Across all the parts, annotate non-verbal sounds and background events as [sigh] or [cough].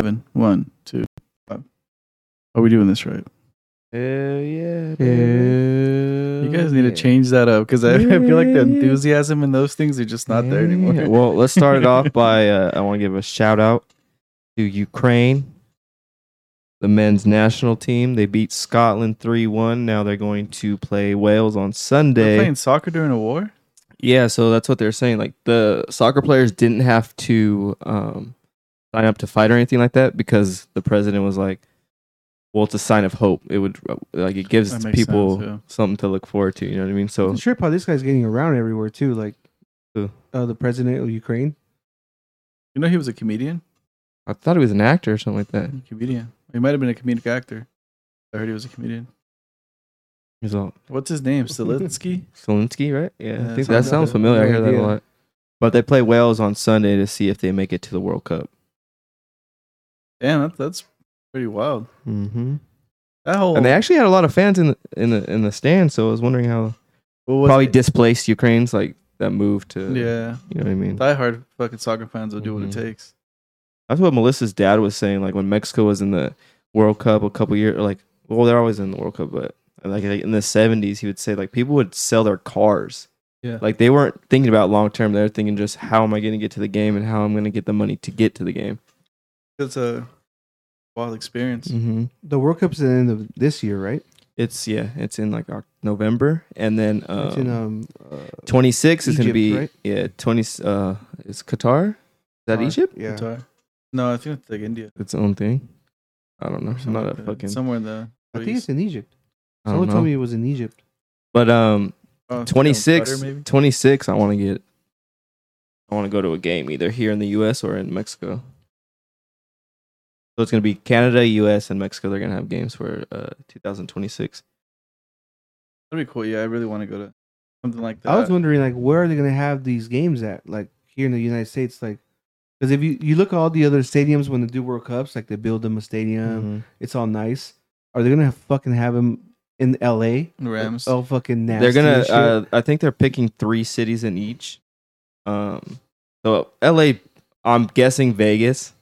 Seven. One, two, five. Are we doing this right? Hell yeah. Uh, You guys need to change that up because I, [laughs] I feel like the enthusiasm in those things are just not there anymore. Well, let's start it [laughs] off by uh, I want to give a shout out to Ukraine, the men's national team. They beat Scotland 3 1. Now they're going to play Wales on They're Sunday. playing soccer during a war. Yeah, so that's what they're saying. Like the soccer players didn't have to um, sign up to fight or anything like that because the president was like, well, it's a sign of hope. It would uh, like it gives That makes people sense, yeah. something to look forward to. You know what I mean? So It's trip how this guy's getting around everywhere too. Like, Who? uh, the president of Ukraine. You know, he was a comedian. I thought he was an actor or something like that. Comedian. He might have been a comedic actor. I heard he was a comedian. He's all What's his name? Stilinski. Solinsky, right? Yeah, Yeah, I something think like that sounds that. familiar. I No hear that idea. a lot. But they play Wales on Sunday to see if they make it to the World Cup. Damn, that, that's pretty wild. Mm-hmm. That whole And they actually had a lot of fans in the in the in the stands, so I was wondering how what was probably it? displaced Ukraine's like that move to. yeah, you know what I mean. diehard fucking soccer fans will do what it Mhm. takes. That's what Melissa's dad was saying. Like when Mexico was in the World Cup a couple years, like well, they're always in the World Cup, but like, like in the seventies, he would say like people would sell their cars. Yeah. like they weren't thinking about long term. They're thinking just how am I going to get to the game and how I'm going to get the money to get to the game. It's a wild experience. Mm-hmm. The World Cup's at the end of this year, right? It's yeah, it's in like Oc- November, and then um, it's in um. Uh, twenty six is going to Egypt, be right? yeah twenty. Uh, it's Qatar. Is that Qatar. Egypt? yeah. Qatar. No, I think it's like India. Its own thing. I don't know. or I'm something not like a that. Uh, fucking. somewhere in the. I think it's in Egypt. I don't Someone told know. me it was in Egypt. But um, Oh, it's like on 26, Qatar, maybe? 26 I want to get. I want to go to a game either here in the U.S. or in Mexico. So it's going to be Canada, U.S., and Mexico. They're going to have games for uh, 2026. That'd be cool. Yeah, I really want to go to something like that. I was wondering like where are they gonna have these games at? Like here in the United States, like because if you you look at all the other stadiums when they do World Cups, like they build them a stadium, Mhm. it's all nice. Are they gonna have, fucking have them in L.A. Rams. Oh fucking nasty. They're going and to. shit. Uh, I think they're picking three cities in each. Um, so L.A. I'm guessing Vegas.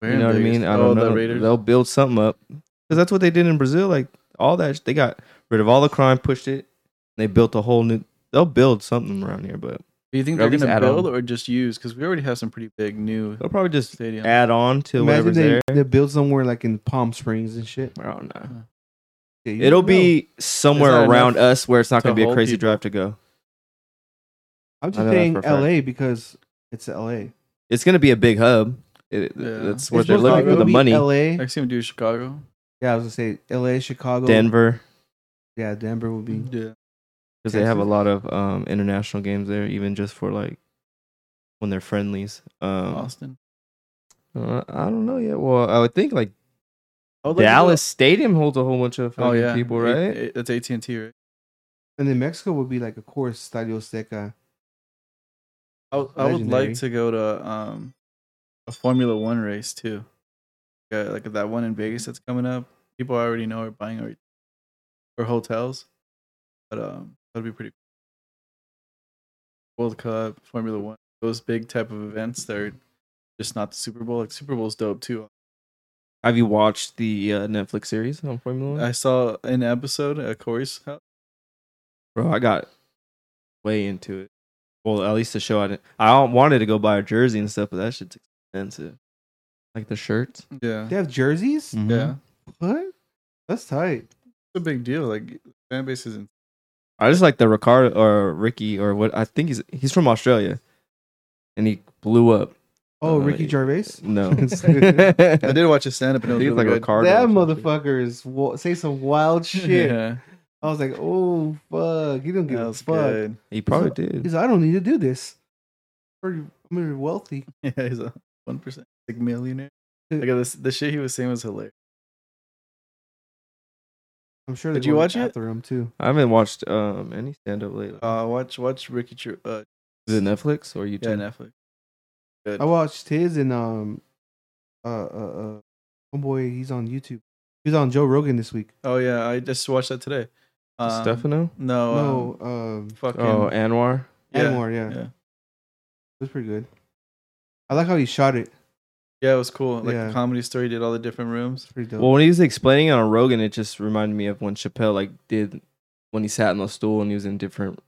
Where you in know what I Vegas? mean? I oh, don't know. the Raiders. They'll build something up because that's what they did in Brazil. Like all that, sh- they got rid of all the crime, pushed it. They built a whole new. They'll build something around here, but Do you think Or they're at least gonna add build on. or just use? Because we already have some pretty big new they'll probably just stadium. add on to Imagine whatever's they, there. they build somewhere like in Palm Springs and shit. I don't know. Yeah, you It'll don't know. be It's somewhere not around enough us where it's not to going to be a hold crazy people. drive to go. I'm I just know that saying for a fact. LA because it's LA. It's going to be a big hub. It, Yeah. That's It's where It's they're supposed to looking like for the be money. LA. Next team do Chicago. Yeah, I was gonna say LA, Chicago, Denver, Yeah, Denver would Mm. be. Yeah. because they have a Texas. lot of um, international games there, even just for like when they're friendlies. Um, Austin. uh, I don't know yet. Well, I would think like Oh, look, Dallas Stadium holds a whole bunch of Oh fucking yeah. people, A- right? a- that's AT and T, right? And then Mexico would be like, of course, Stadio Seca. I, would- I would like Legendary. to go to um a Formula One race too. Yeah, like that one in Vegas that's coming up. People I already know are buying or, or hotels, but um that'd be pretty. cool. World Cup, Formula One, those big type of events. They're just not the Super Bowl. Like Super Bowl's dope too. Have you watched the uh, Netflix series on Formula One? I saw an episode at Corey's house. Bro, I got way into it. Well, at least the show I didn't. I wanted to go buy a jersey and stuff, but that shit's expensive. Like the shirts. Yeah, They have jerseys. Mm-hmm. yeah, What? That's tight. it's a big deal. Like fan base isn't. I just like the Ricardo or Ricky or what I think he's he's from Australia, and he blew up. Oh, Uh, Ricky Gervais. [laughs] No, [laughs] I did watch a stand up and it I was think really it's like good. Ricardo. That or something. motherfucker is wa- say some wild shit. [laughs] Yeah, I was like, oh fuck, he don't give that a was fuck. good. He probably did. He's like, I don't need to do this. Pretty- I'm very wealthy. [laughs] Yeah, he's a one percent like millionaire. Like this, the shit he was saying was hilarious. I'm sure. Did they're you going watch it? after him too. I haven't watched um any stand up lately. Uh, watch, watch Ricky. Tru- uh, Is it Netflix or YouTube? yeah, Netflix. I watched his and um, uh, uh, uh homeboy. He's on YouTube. He was on Joe Rogan this week. Oh yeah, I just watched that today. Um, Stefano. No, No, no, um, fucking. Oh, Anwar. yeah, Anwar, yeah. yeah. It was pretty good. I like how he shot it. Yeah, it was cool. Like Yeah. the comedy store, he did all the different rooms. It's pretty dope. Well, when he was explaining on Rogan, it just reminded me of when Chappelle like did when he sat on the stool and he was in different,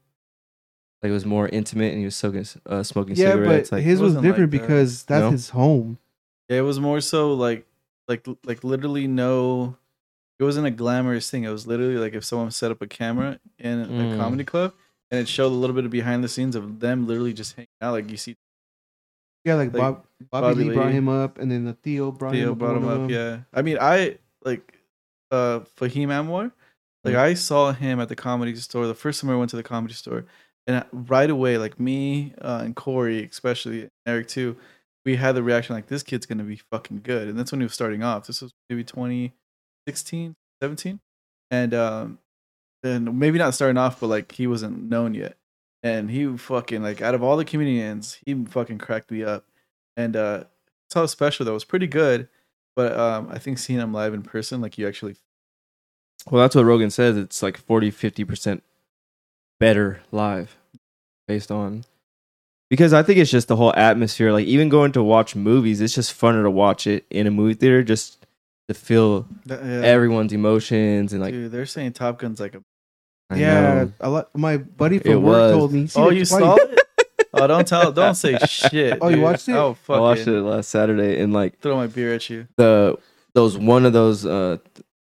like it was more intimate and he was soaking, uh, smoking yeah, cigarettes. but like his was wasn't like different that. because that's No? his home. Yeah, it was more so like, like, like literally no. It wasn't a glamorous thing. It was literally like if someone set up a camera in a Mm. comedy club and it showed a little bit of behind the scenes of them literally just hanging out. Like you see Yeah, like, Like, Bob, Bobby, Bobby Lee brought Lee. him up, and then the Theo brought him Theo up. brought one him of up. them. Yeah, I mean, I like uh Fahim Anwar. Like Mm-hmm. Mm. I saw him at the comedy store the first time I went to the comedy store, and I- right away, like me uh, and Corey, especially Eric too, we had the reaction like this kid's gonna be fucking good, and that's when he was starting off. This was maybe 2016, 17, and um, and maybe not starting off, but like he wasn't known yet, and he fucking like out of all the comedians, he fucking cracked me up, and uh, saw a special that was pretty good, but um, I think seeing him live in person, like you actually, well, that's what Rogan says. It's like 40, 50 percent better live, based on because I think it's just the whole atmosphere. Like even going to watch movies, it's just funner to watch it in a movie theater just to feel everyone's emotions and like dude, they're saying Top Gun's [laughs] like a. I yeah. know. A lot, my buddy from It work was. told me. "He's seen oh, it you twice." saw it? Oh, don't tell, don't [laughs] say shit. Oh, you dude. watched it? Oh, fuck I watched it last Saturday and like. Throw my beer at you. the those one of those uh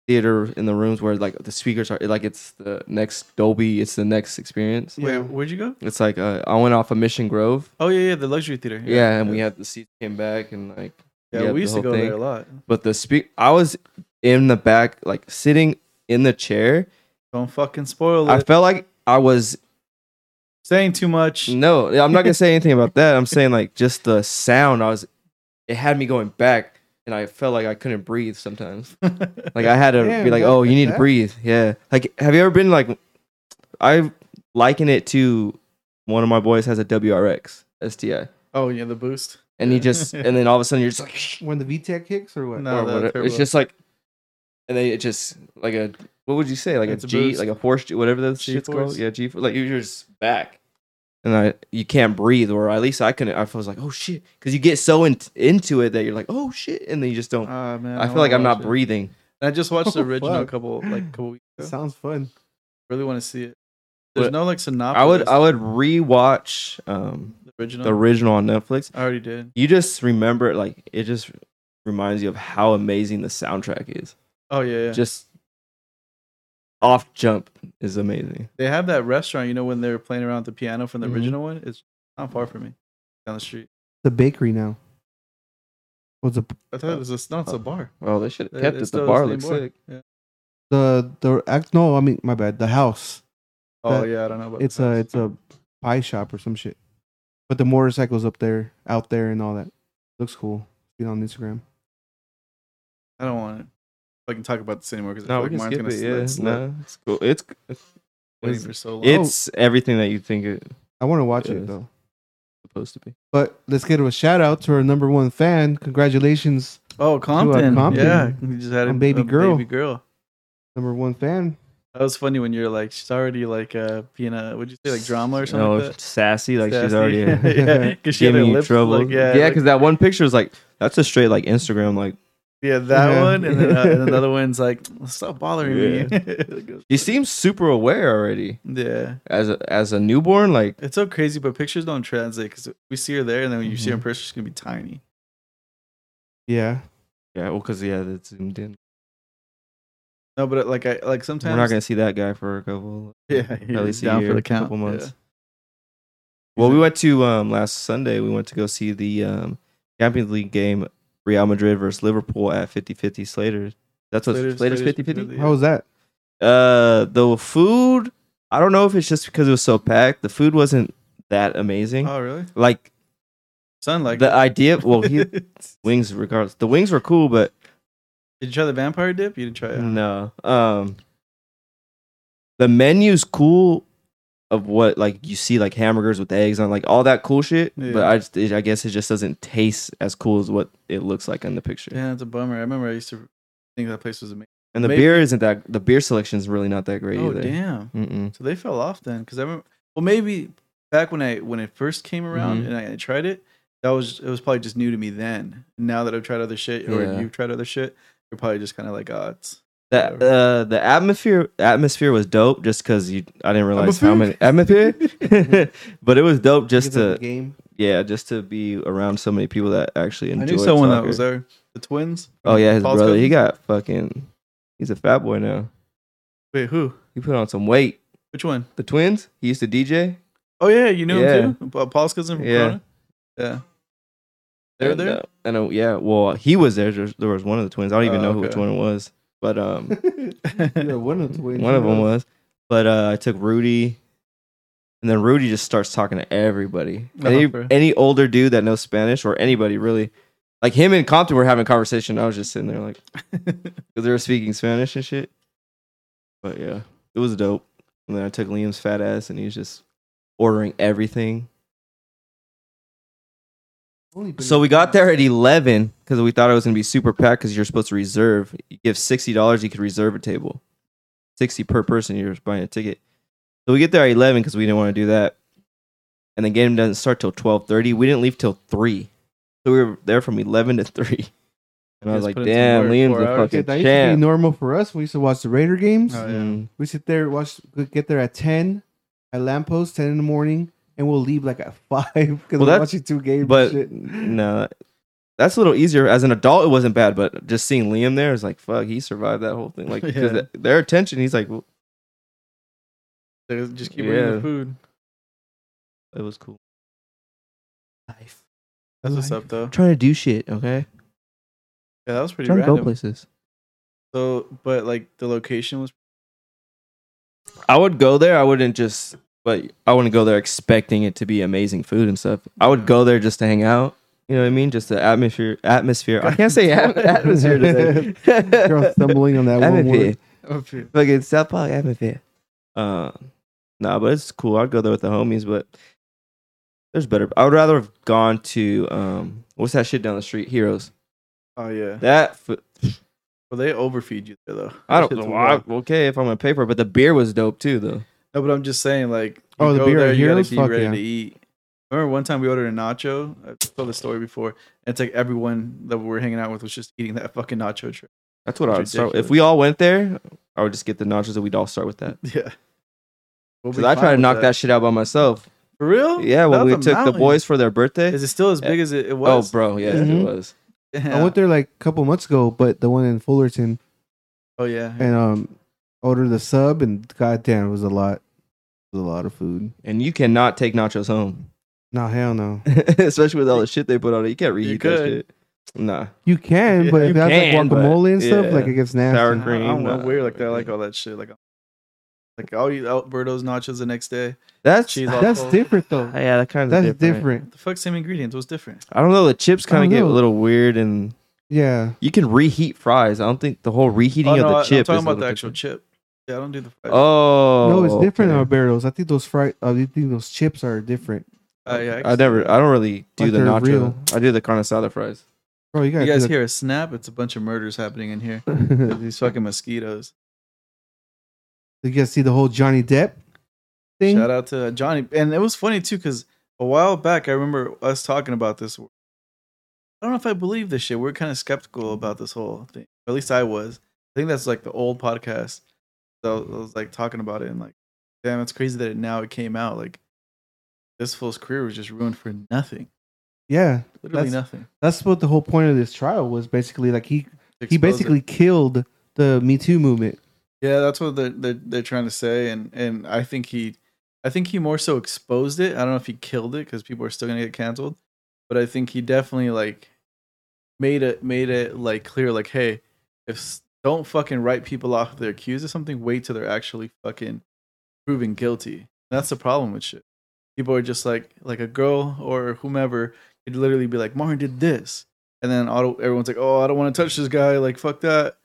theater in the rooms where like the speakers are like it's the next Dolby, it's the next experience. Yeah. Wait, where'd you go? It's like uh, I went off of Mission Grove, Oh yeah, yeah, the luxury theater. yeah, and we had the seats came back and like yeah, yeah, the we used to whole go thing. there a lot. but the speak I was in the back like sitting in the chair. Don't fucking spoil it. I felt like I was saying too much. [laughs] no, I'm not gonna say anything about that. I'm saying like just the sound. I was it had me going back, and I felt like I couldn't breathe sometimes. Like I had to Damn, be like, that- oh, you need to that- breathe. Yeah. Like, have you ever been like, I liken it to one of my boys has a WRX STI, oh yeah, the boost. and he just, and then all of a sudden you're just like, [laughs] [laughs] when the VTEC kicks or what? No. or the whatever. turbo. It's just like, and then it just like a, what would you say, like It's a a G, boost. like a force, G, whatever those shit's G-force. called. Yeah, G, like you're just back, and I, you can't breathe, or at least I couldn't. I was like, oh shit, because you get so in, into it that you're like, oh shit, and then you just don't. Ah man, I feel wanna like I'm watch not it. breathing. I just [laughs] watched the Oh, original fuck. a couple like couple weeks That ago. sounds fun. really want to see it. There's But no like synopsis. I would I would rewatch um the original. the original on Netflix. I already did. You just remember it, like it just reminds you of how amazing the soundtrack is. Oh yeah, yeah. Just off jump is amazing. They have that restaurant, you know, when they were playing around with the piano from the Mm-hmm. Mhm. original one. It's not far from me, down the street. The bakery now. Was the I thought it was a, no, it's a bar. Well, they should It- have kept it's it. The still bar same looks bar. sick. Yeah. the the act? No, I mean my bad. The house. Oh That- yeah, I don't know about it's the a uh, house. it's a pie shop or some shit. But the motorcycles up there, out there, and all that looks cool. Been on Instagram. I don't want to fucking talk about this anymore because No, I we feel can like mine's skip gonna it. s- Yeah, like, slip no, it's cool. It's it's, waiting it's- for so long. it's Oh. everything that you think it's I want to watch Yes. it though. supposed to be. But let's give a shout out to our number one fan. Congratulations, oh, uh, Compton. Compton. Yeah, you just had On Baby a Girl. Baby girl. number one fan. That was funny when you're like she's already like uh being a would you say like drama or something No, like that. sassy. Like she's Sassy. [laughs] already yeah, because she had her giving you lips trouble. like yeah, yeah, like- because that one picture is like that's a straight like Instagram like. yeah, that Yeah. one, and then uh, and [laughs] another one's like stop bothering [laughs] me. He seems super aware already yeah. as a, as a newborn. Like It's so crazy, but pictures don't translate because we see her there, and then when you see her in Mm-hmm. person, she's gonna be tiny. Yeah, yeah, well, because yeah, that's zoomed in. No, but uh, like I like sometimes We're not gonna see that guy for a couple. Yeah, he's at least a down year, for the count. couple months. Yeah. Well, we went to um last Sunday. We went to go see the um Champions League game, Real Madrid versus Liverpool at 50-50 Slater. That's what Slater's- Slater's, Slater's 50-50? Yeah. how was that? Uh, the food. I don't know if it's just because it was so packed. The food wasn't that amazing. Oh, really? like Son, like the idea. Well, [laughs] he, did wings regardless. The wings were cool, but you try the vampire dip? You didn't try it. huh? No. Um the menu's cool of what like you see like hamburgers with eggs on like all that cool shit, Yeah. but I just, it, I guess it just doesn't taste as cool as what it looks like in the picture. Yeah, that's a bummer. I remember I used to think that place was amazing. And the Maybe- beer isn't that the beer selection's really not that great Oh, either. damn! Mm-mm. So they fell off then, because I remember. Well, maybe back when I when it first came around Mhm. and I, I tried it, that was it was probably just new to me then. Now that I've tried other shit, or Yeah. you've tried other shit, you're probably just kind of like, oh, it's The uh, the atmosphere atmosphere was dope just because you I didn't realize how many atmosphere, [laughs] [laughs] but it was dope just Give to up the game. yeah just to be around so many people that actually I enjoyed. knew someone that soccer. was there. The twins. Oh yeah, his Paul's brother. He cousin? got fucking. He's a fat boy now. Wait, who? He put on some weight. Which one? The twins. He used to DJ. Oh yeah, you knew Yeah. him too. Pa- Paul's cousin from Yeah. Corona. Yeah. They were And, there. uh, and uh, yeah, well, he was there. There was- there was one of the twins. I don't even Oh, know okay. which one it was, but um, [laughs] [laughs] You're one of the twins. one of you them know. was. But uh, I took Rudy, and then Rudy just starts talking to everybody. Uh-huh, any bro. any older dude that knows Spanish or anybody really, like him and Compton were having a conversation. I was just sitting there like, because they were speaking Spanish and shit. But yeah, it was dope. And then I took Liam's fat ass, and he was just ordering everything. Only been So to we got class. there at eleven because we thought it was gonna be super packed because you're supposed to reserve. You give sixty dollars, you could reserve a table, sixty per person. You're buying a ticket. So we get there at eleven because we didn't want to do that, and the game doesn't start till twelve thirty. We didn't leave till three, so we were there from eleven to three. [laughs] And I You was guys like, put in some "Damn, work, Liam's four a hours? Yeah, fucking that used to be champ." normal for us. We used to watch the Raider games. Oh, yeah. Mm. We sit there, watch, get there at ten, at lamppost ten in the morning, and we'll leave like at [laughs] five because we're that's- watching two games. but and shit. no, that's a little easier. As an adult, it wasn't bad, but just seeing Liam there is like, fuck, he survived that whole thing. Like, [laughs] 'cause Yeah. th- their attention, he's like, well, They just keep eating Yeah. the food. it was cool. Life. That's what's up though. I'm trying to do shit, okay? Yeah, that was pretty trying to go random. places. So, but like the location was I would go there. I wouldn't just, but I wouldn't go there expecting it to be amazing food and stuff. I would go there just to hang out. You know what I mean? Just the atmosphere. Atmosphere. I can't [laughs] say at- atmosphere today. Girl [laughs] stumbling on that one Atmosphere. word. Oh, Fucking South Park atmosphere. Uh, nah, but it's cool. I'd go there with the homies, but there's better. I would rather have gone to um, what's that shit down the street? Heroes. oh yeah. That fu- Well, they overfeed you there though. That I don't shit's know. wild. why- Okay, if I'm a paper, but the beer was dope too, though. No, but I'm just saying, like, you Oh, the go beer there, at you gotta Heroes? be Fuck ready yeah. to eat. Remember one time we ordered a nacho? I told the story before. And it's like everyone that we were hanging out with was just eating that fucking nacho tray. That's what I would It's start. If ridiculous. we all went there, I would just get the nachos and we'd all start with that. [laughs] Yeah. We'll Because I fine tried to with knock that. shit out by myself. For real? Yeah, when That was we a took the mountain. boys for their birthday. Is it still as big as it, it was? Mm-hmm. [laughs] Oh, bro, yeah, Mhm. it was. Damn. I went there like a couple months ago, but the one in Fullerton, Oh, yeah. and um, ordered the sub, and goddamn, it was a lot. It was a lot of food. And you cannot take nachos home. [laughs] No, hell no. especially with all the shit they put on it. You can't reheat that could. shit. Nah, You can, Yeah, but you if that's can, like but- guacamole and stuff, yeah. like it gets nasty. Sour I don't- I cream, uh, don't know. nah. Weird. Like, I like all that shit. Like, like I'll eat Alberto's nachos the next day. that's Cheese all That's cold. different though. yeah, that kind of That's different. What the fuck? Same ingredients. What's different? I don't know. The chips I kind of don't get a know. little weird, and Yeah. you can reheat fries. I don't think the whole reheating Oh, of no, the I- chip. I'm is talking a about the little actual different. chip. Yeah, I don't do the fries. Oh, no, it's different okay. on Barbados. I think those fried, uh, I think those chips are different. Uh, yeah, I can- never. I don't really do Like the they're nacho. real. I do the carne asada fries. Bro, you gotta You guys do hear a snap? It's a bunch of murders happening in [laughs] here. that. These fucking mosquitoes. you guys see the whole Johnny Depp thing? Shout out to Johnny. And it was funny too, because a while back, I remember us talking about this. I don't know if I believe this shit. We are kind of skeptical about this whole thing. Or at least I was. I think that's like the old podcast. So I was like talking about it and like, damn, it's crazy that it, now it came out. Like, this fool's career was just ruined for nothing. Yeah, Literally That's- nothing. that's what the whole point of this trial was. Basically, like he he Expose it. basically killed the Me Too movement. Yeah, that's what they're, they're they're trying to say, and and I think he, I think he more so exposed it. I don't know if he killed it because people are still gonna get canceled, but I think he definitely like made it made it like clear like, hey, if s- don't fucking write people off if they're accused of something, wait till they're actually fucking proven guilty. That's the problem with shit. People are just like like a girl or whomever could literally be like, Martin did this, and then auto, everyone's like, oh, I don't want to touch this guy, like fuck that.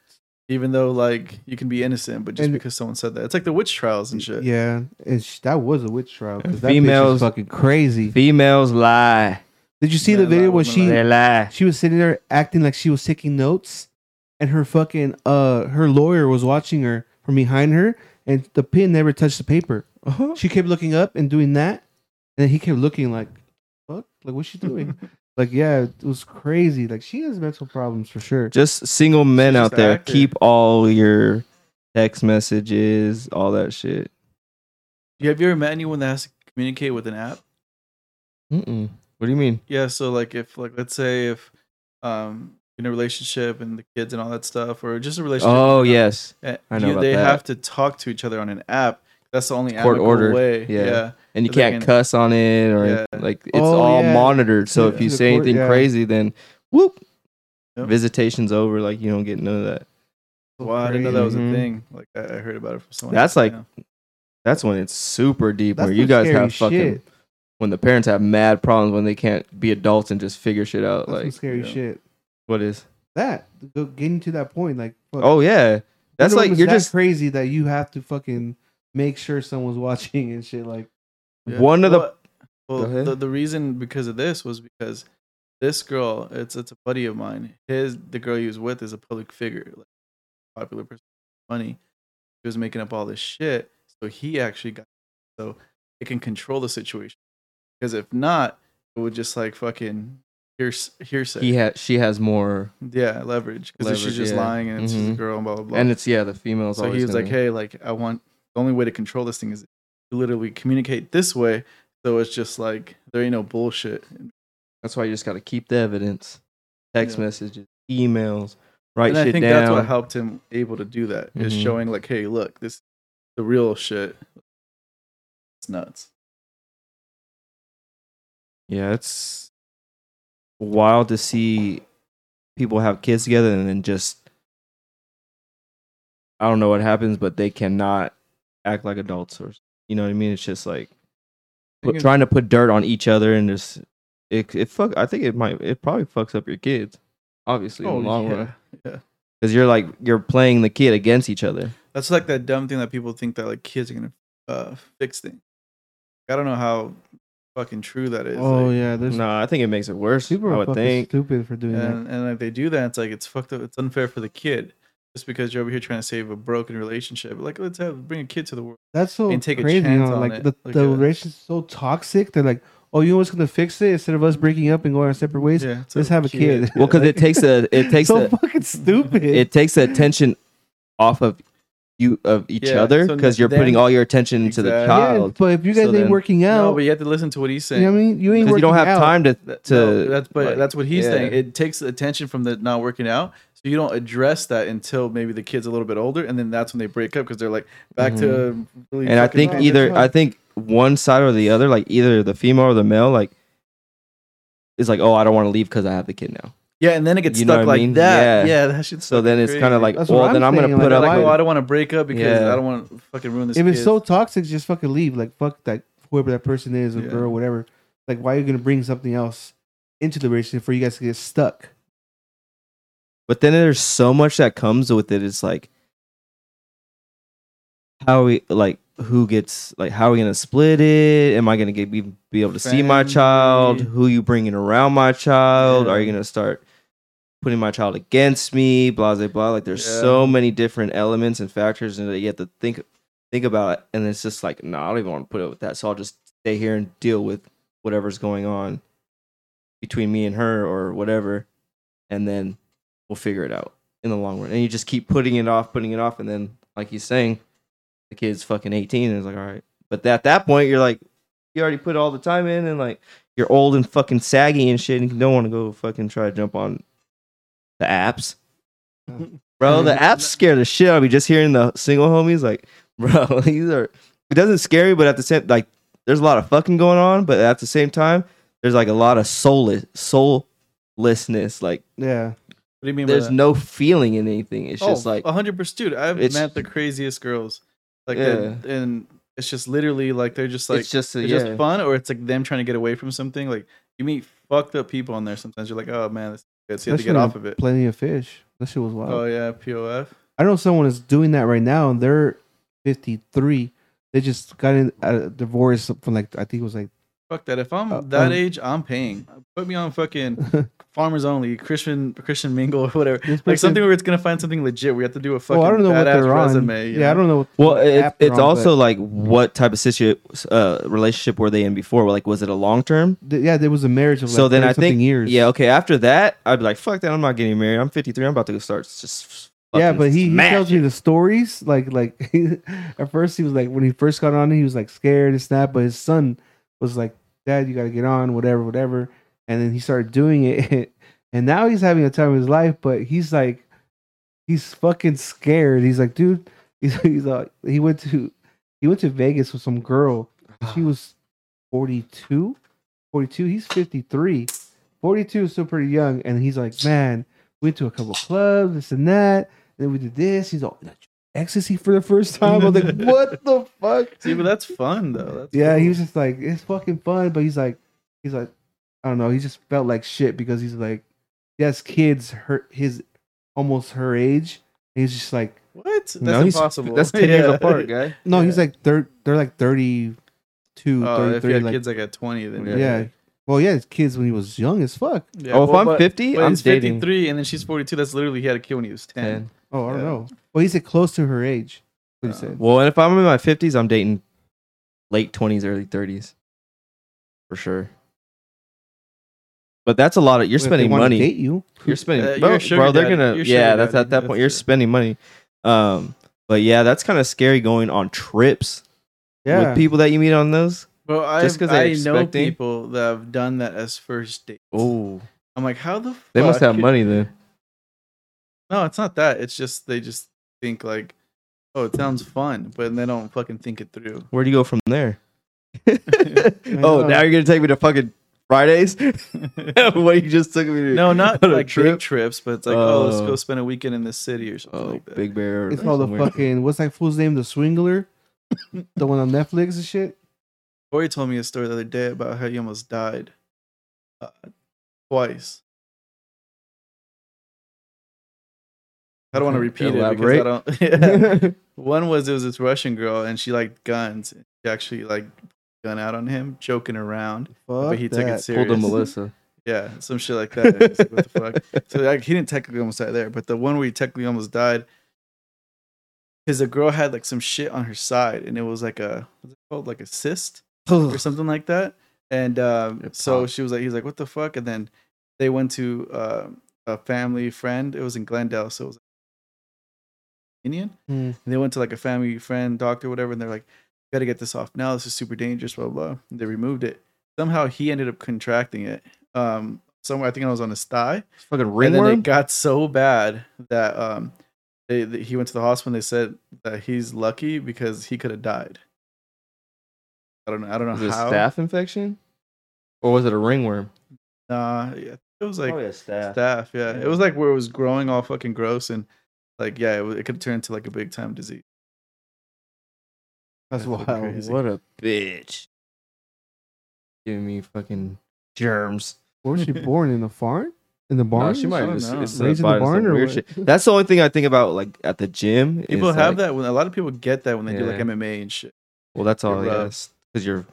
Even though like you can be innocent, but just And- because someone said that, it's like the witch trials and shit. Yeah, and sh- that was a witch trial. 'cause And That females females- was fucking crazy. Females lie. Did you see Yeah, the video that when woman she lied. lie. she was sitting there acting like she was taking notes, and her fucking uh her lawyer was watching her from behind her, and the pen never touched the paper. Uh-huh. [laughs] She kept looking up and doing that, and then he kept looking like, "What? Like what's she doing?" Like, yeah, it was crazy. Like, she has mental problems for sure. Just single men She's out just an there, actor. keep all your text messages, all that shit. Yeah, have you ever met anyone that has to communicate with an app? Mm-mm. What do you mean? Yeah, so like if like let's say if um in a relationship and the kids and all that stuff, or just a relationship. Oh you know, yes, and I know you- about they that. have to talk to each other on an app. That's the only Court amicable ordered, way. yeah. yeah. and you so they can't can- cuss on it or Yeah. like it's Oh, all yeah. monitored. So Yeah. if you The say court- anything yeah. crazy, then whoop, Yep. visitation's over. Like you don't get none of that. Wow, I didn't know that was a Crazy. thing. Like I I heard about it from someone. That's else, like- yeah. That's when it's super deep. That's where you some guys scary have fucking shit. when the parents have mad problems when they can't be adults and just figure shit out. That's some like scary yeah. shit. what is? That go- getting to that point, like, fuck, Oh yeah, that's Wonder like Woman's you're that just crazy that you have to fucking make sure someone's [laughs] watching and shit. Like, Yeah. one of the Well, well, Go ahead. the, the reason because of this was because this girl, it's it's a buddy of mine. His the girl he was with is a public figure, like popular person, money. He was making up all this shit, so he actually got so it can control the situation. Because if not, it would just like fucking hears hearsay. he had she has more, yeah, leverage. Because she's Leverage, just yeah. lying and it's just a Mhm. girl and blah blah blah. and it's yeah the females. So always he was gonna like, be- "Hey, like I want the only way to control this thing is to literally communicate this way." So it's just like there ain't no bullshit. that's why you just got to keep the evidence, text Yeah. messages, emails, write and shit I think down. that's what helped him able to do that is Mhm. showing like, "Hey, look, this the real shit." It's nuts. yeah, it's wild to see people have kids together and then just I don't know what happens, but they cannot act like adults or you know what I mean. It's just like I think put, it- trying to put dirt on each other and just it it fuck. I think it might it probably fucks up your kids. Obviously, Oh, in the long yeah. run, because you're like you're playing the kid against each other. That's like that dumb thing that people think that like kids are gonna uh, fix things. I don't know how fucking true that is. oh like, yeah, there's No, I think it makes it worse. people I are would fucking think. stupid for doing that. and, and if they do that, it's like it's fucked up. It's unfair for the kid just because you're over here trying to save a broken relationship. Like let's have bring a kid to the world. That's so and take a crazy. chance huh? on Like it. the Like, the uh, relationship's so toxic. They're like, oh, you know what's gonna fix it? Instead of us breaking up and going our separate ways, Yeah, it's let's have a kid. [laughs] Well, because it takes the [laughs] it takes so the, fucking stupid. it takes the attention off of you of each Yeah, other so because you're then- putting all your attention into the Exactly. yeah, child but if you guys So ain't then- working No, out, but you have to listen to what he's you saying. know what I mean, you ain't because you working don't have out. time to That- to. no, that's but like, that's what he's yeah. saying. It takes the attention from the not working out, so you don't address that until maybe the kid's a little bit older, and then that's when they break up because they're like back Mm-hmm. to. Really and I fucking think no, bad. that's either right. I think one side or the other, like either the female or the male, like is like, oh, I don't want to leave because I have the kid now. yeah, and then it gets You know stuck what I like mean? that. Yeah. Yeah, that shit's So then it's kind of like, That's what well, I'm then I'm gonna saying, like, put But up. like, with- oh, I don't want to break up because Yeah. I don't want to fucking ruin this. if it's kid. so toxic, just fucking leave. Like fuck that whoever that person is, a Yeah. girl, whatever. Like why are you gonna bring something else into the relationship for you guys to get stuck? But then there's so much that comes with it. It's like how we like who gets like how are we gonna split it? Am I gonna get be, be able to see my child? Family. Who you bringing around my child? Are you Yeah. gonna start putting my child against me? Blah blah blah. Like there's Yeah. so many different elements and factors and that you have to think think about it. And it's just like no, I don't even want to put up with that. So I'll just stay here and deal with whatever's going on between me and her or whatever and then we'll figure it out in the long run. And you just keep putting it off, putting it off, and then like he's saying, the kid's fucking eighteen, and it's like, all right. But at that point, you're like, you already put all the time in, and like you're old and fucking saggy and shit, and you don't want to go fucking try to jump on the apps, bro. Mm-hmm. The apps scare the shit out of me. Just hearing the single homies, like, [laughs] bro, these are. It doesn't scare me, but at the same, like, there's a lot of fucking going on, but at the same time, there's like a lot of soulless, soullessness, like Yeah. Oh, what do you mean? by there's that? Oh, no feeling in anything. It's just like hundred percent, dude. I've it's- met the craziest girls, like, that- and it's just literally like they're just like it's just a, it's yeah. just fun, or it's like them trying to get away from something. Like you meet fucked up people on there. Sometimes you're like, oh man, this is good. So you have to Especially get off of it. Plenty of fish. That shit was wild. Oh yeah, POF. I know someone is doing that right now, and they're 53. They just got in a divorce from like I think it was like Fuck that. If I'm Uh, that um, age, I'm [laughs] paying. Put me on fucking farmers only, Christian Christian Mingle [laughs] or whatever. This Like person- something where it's gonna find something legit. We have to do a fucking Well, Oh, I don't know what badass they're on. resume. yeah, I don't know. What Well, what it, app they're it's on, also like what type of situ- uh, relationship were they in before? Like, was it a long term? but th- yeah, there was a marriage of like so then I 30-something think years. yeah, okay. After that, I'd be like, fuck that. I'm not getting married. I'm 53. I'm about to go start just. yeah, fucking but he, he smash tells it. me the stories. Like like [laughs] at first he was like when he first got on, he was like scared and snap. But his son was like, "Dad, you got to get on, whatever, whatever." And then he started doing it, [laughs] and now he's having a time of his life. But he's like, he's fucking scared. He's like, dude, [laughs] he's he's like, he went to he went to Vegas with some girl. Ah. She was 42 42 he's 53 42 is still pretty young and he's like man we went to a couple clubs this and that and then we did this he's all ecstasy for the first time [laughs] i'm like what the fuck See, but that's fun though. That's yeah he cool. was just like it's fucking fun but he's like he's like i don't know he just felt like shit because he's like yes kids her his almost her age he's just like what? That's No, he's- impossible. [laughs] That's ten years Yeah. apart, guy. no he's like they're they're like 32 [laughs] Oh, if you 33 had like, kids like at twenty, then yeah. Oh, well yeah his kids when he was young as fuck Yeah, oh, if well, I'm but- 50, but I'm he's dating. 53 and then she's 42. That's literally he had a kid when he was 10. 10. Oh, I don't Yeah. know. Well, he said close to her age. What he Oh. said. Uh, Well, and if I'm in my 50s, I'm dating late 20s, early 30s, for sure. But that's a lot of you're If they spending wanna money. Date you? You're spending, Uh, you're bro, a sugar bro, They're daddy. gonna, You're a sugar yeah. That's daddy. at that That's point. You're it. spending money. Um, but yeah, that's kind of scary going on trips Yeah. with people that you meet on those. Bro, I Just 'cause they're I know expecting- people that have done that as first date. Oh, I'm like, how the? Fuck? they must have you- money then. No, it's not that. It's just they just think like, oh, it sounds fun, but they don't fucking think it through. Where do you go from [laughs] there? know. oh, now you're gonna take me to fucking [laughs] Fridays? [laughs] what you just took me to? no, not on a like trip? big trips, but it's like, oh, let's Oh. go spend a weekend in this city or something Oh, like that. Big Bear. or It's all [laughs] the somewhere. fucking what's that fool's name? The Swingler, [laughs] the one on Netflix and shit. Corey told me a story the other day about how he almost died uh, twice. I don't want to repeat Elaborate. it because I don't. [laughs] One was it was this Russian girl and she liked guns. She actually like gun out on him, joking around, Fuck but he took it that. serious. Pulled a Melissa. Yeah, some shit like that. It's like, what the fuck? So like, he didn't technically almost die there, but the one where he technically almost died, because the girl had like some shit on her side, and it was like a what's it called, like a cyst or something like that. And um, It so popped. she was like, he's like, what the fuck? And then they went to uh, a family friend. It was in Glendale, so it was Indian. Hmm. And they went to like a family friend, doctor, whatever, and they're like, "Got to get this off now. This is super dangerous." Blah blah. blah. They removed it. Somehow he ended up contracting it. Um, somewhere I think I was on his thigh, fucking and then it ringworm. got so bad that um, they, that he went to the hospital. and They said that he's lucky because he could have died. I don't know. I don't know Was it a how. staph infection? Or was it a ringworm? Nah, Oh, yeah, it was Oh, like Probably a staff. staff. Yeah, Yeah. it was like where it was growing all fucking gross and. Like yeah, it, wa- it could turn into like a big time disease. That's That's wild. fucking crazy. What a bitch. Giving me fucking germs. Where [laughs] was she born in the farm? In the barn? No, she might I have don't just know. just Raised in the bought some barn or weird what? shit. That's the only thing I think about like at the gym. is, People have like, that when a lot of people get that when they do like Yeah. MMA and shit. Well, that's all. You're rough. Yes, because you're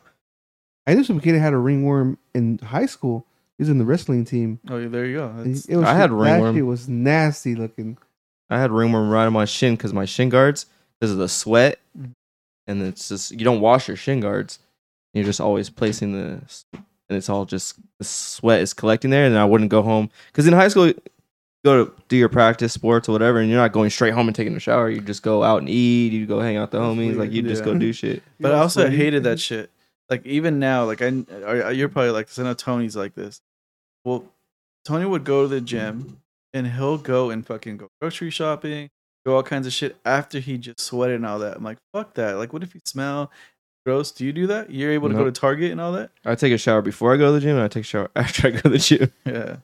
I knew some kid that had a ringworm in high school. He was in the wrestling team. Oh, yeah, there you go. He- That's- It was I had That ringworm. shit was nasty looking. I had ringworm right on my shin because my shin guards, because of the sweat, Mhm. and it's just you don't wash your shin guards. You're just always placing the, s- and it's all just the sweat is collecting there. And I wouldn't go home because in high school, you go to do your practice sports or whatever, and you're not going straight home and taking a shower. You just go out and eat. You go hang out with the That's homies. Like you weird. just Yeah. go do shit. But I You're also sweaty. hated that shit. Like even now, like I, I- you're probably like this. I know Tony's like this. Well, Tony would go to the gym, and he'll go and fucking go grocery shopping, do all kinds of shit after he just sweated and all that. I'm like, fuck that. Like, what if you smell gross? Do you do that? You're able to go to Nope. Target and all that. I take a shower before I go to the gym, and I take a shower [laughs] after I go to the gym. Yeah.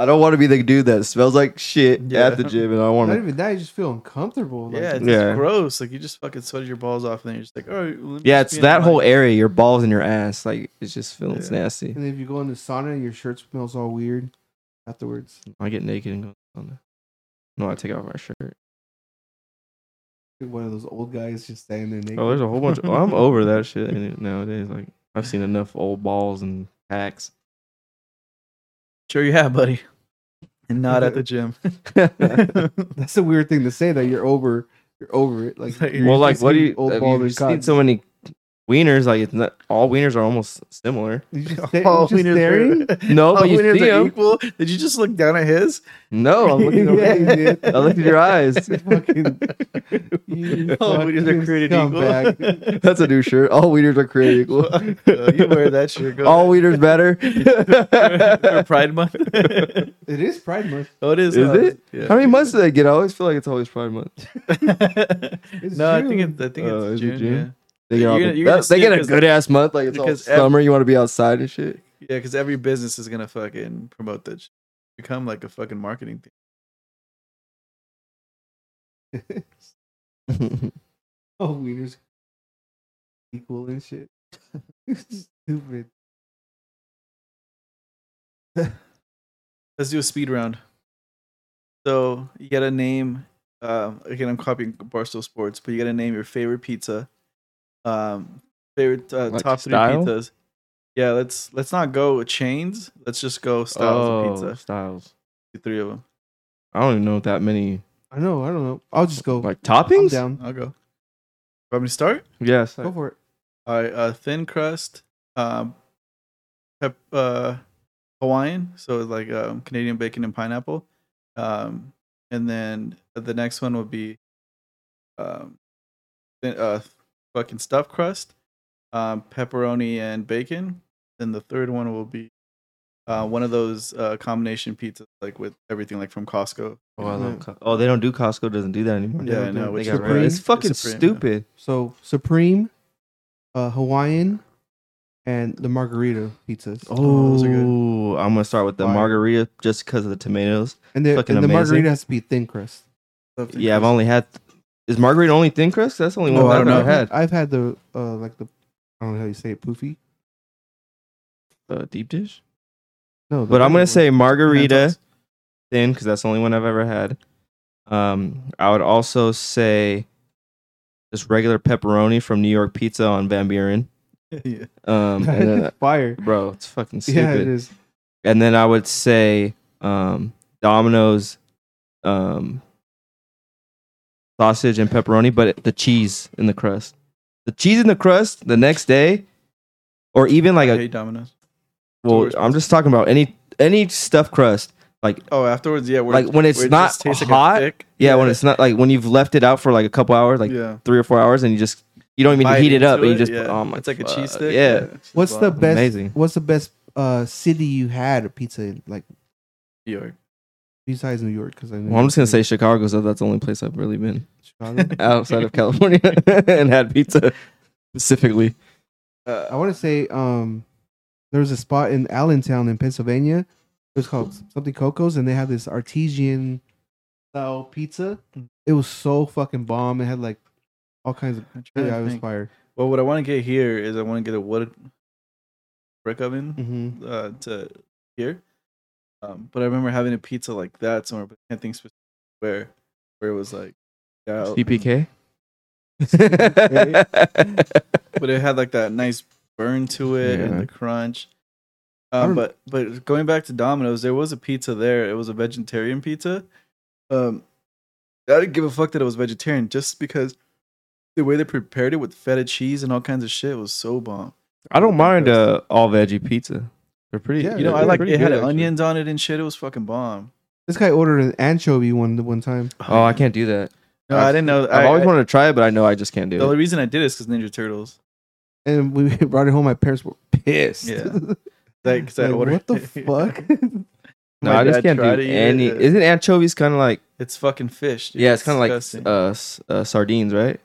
I don't want to be the dude that smells like shit Yeah. at the gym, and I want Not to. even that. You just feel uncomfortable. Like, yeah, it's Yeah. Just gross. Like you just fucking sweated your balls off, and then you're just like, all right. let me Yeah, just it's be in that the whole light." area, your balls and your ass, like it's just feeling Yeah. nasty. And if you go in the sauna, your shirt smells all weird afterwards. I get naked and go on there. No, I take off my shirt. One of those old guys just standing there naked. oh, Oh, there's a whole bunch. I'm over that shit nowadays. Like I've seen enough old balls and hacks. Sure you have, buddy. And not at the [laughs] gym. Oh. well, [laughs] That's a weird thing to say that you're over. You're over it. Like Well, you're well, like, just what do eating you? Old Old balls you and seen cotton. so many wieners? Like, it's not all wieners are almost [laughs] similar. [laughs] You just sta- you just staring. No, but you see are 'em. equal. Did you just look down at his? No, I'm [laughs] looking. Yeah, Over, you did. I looked at your [laughs] eyes. You fucking, [laughs] you All wieners are fucking created scumbag. equal. That's a new shirt. All wieners are created [laughs] equal. Fuck, uh, [laughs] you wear that shirt. Go All wieners better. [laughs] for Pride Month. oh, It is Pride Month. it is. Is huh? it? Yeah. How many months do they get? I always feel like it's always Pride Month. [laughs] no, I think June. it's. I think Oh, is it it's June. June? Yeah. They get, You're all the- gonna- you're gonna that- they see get it a 'cause- good ass month. Like it's all because ev- summer. You want to be outside and [laughs] shit. Yeah, because every business is gonna fucking promote that. Shit. Become like a fucking marketing thing. [laughs] Oh, wieners equal and shit. [laughs] Stupid. Let's do a speed round. So you gotta name. Um, again, I'm copying Barstool Sports, but you gotta name your favorite pizza. Um, favorite uh, Like top three style? pizzas. Yeah, let's let's not go with chains. Let's just go styles Oh, of pizza. Styles. The Three of them. I don't even know that many I know. I don't know. I'll just go. like I'm toppings. down. I'll go. Want me to start? Yes. Go for it. All right, uh, thin crust, um, pep, uh, Hawaiian, so it's like um, Canadian bacon and pineapple, um, and then the next one would be um, thin, uh, fucking stuffed crust, um, pepperoni and bacon. Then the third one will be uh, one of those uh, combination pizzas, like with everything, like from Costco. Oh, I love Co- Oh, they don't do Costco. Doesn't do that anymore. Yeah, I don't do know. it. which they is got Supreme? rid. It's fucking Supreme, yeah. stupid. So Supreme, uh, Hawaiian, and the margarita pizzas. Oh, those are good. Ooh, I'm gonna start with the Fire. margarita just because of the tomatoes. and the, fucking and the amazing. margarita has to be thin crust. Stuffed Yeah, I've crust. only had. Is margarita only thin crust? That's the only No, one I I've don't ever know. had. I've had the uh, like the I don't know how you say it, poofy. Uh, deep dish. No, the But I'm other gonna one. say margarita Mentos. thin because that's the only one I've ever had. Um, I would also say just regular pepperoni from New York Pizza on Van Buren. [laughs] yeah. Um, and [laughs] then, fire. bro, it's fucking stupid. Yeah, it is. and then I would say um, Domino's um, sausage and pepperoni, but the cheese in the crust. The cheese in the crust the next day, or even like I a hate Domino's. well, I'm just talking about any any stuffed crust. Like Oh, afterwards, yeah, where like when it's where it not just tastes like a hot. thick- yeah, when it's not like when you've left it out for like a couple hours, like yeah. three or four hours, and you just you don't even Bite heat it up, into and you just yeah. oh my, it's like a fuck, cheese stick. Yeah, it's What's the bomb. best? Amazing. What's the best uh, city you had a pizza in? Like New York? besides New York? Because I know Well, I'm just gonna say Chicago, so that's the only place I've really been. [laughs] Chicago. outside of California [laughs] and had pizza specifically. I want to say um, there was a spot in Allentown in Pennsylvania. It was called something Coco's, and they had this artesian style pizza. Hmm. It was so fucking bomb. It had like all kinds of. I'm trying to Yeah, it was think. fire. Well, what I want to get here is I want to get a wood brick oven Mm-hmm. Mm. uh, to here. Um, but I remember having a pizza like that somewhere, but I can't think specifically where where it was like yeah, CPK. but it had like that nice burn to it Yeah. and the crunch. I Um, rem- but but going back to Domino's, there was a pizza there. It was a vegetarian pizza. Um, I didn't give a fuck that it was vegetarian, just because the way they prepared it with feta cheese and all kinds of shit was so bomb. [laughs] I don't mind uh, all veggie pizza. They're pretty. Yeah, You know, it I was like pretty it had good, actually. onions on it and shit. It was fucking bomb. This guy ordered an anchovy one the one time. Oh, I can't do that. No, I didn't know. I've I always I- wanted to try it, but I know I just can't The do only it. reason I did it is because Ninja [laughs] Turtles. and we [laughs] brought it home. My parents were pissed. Yeah. Like, 'cause I Like, ordered- [laughs] [laughs] what the fuck? [laughs] No, My I just dad can't tried do to eat any. it. Isn't anchovies kind of like? It's fucking fish. dude. Yeah, it's kind of like disgusting. uh, s- uh, sardines, right?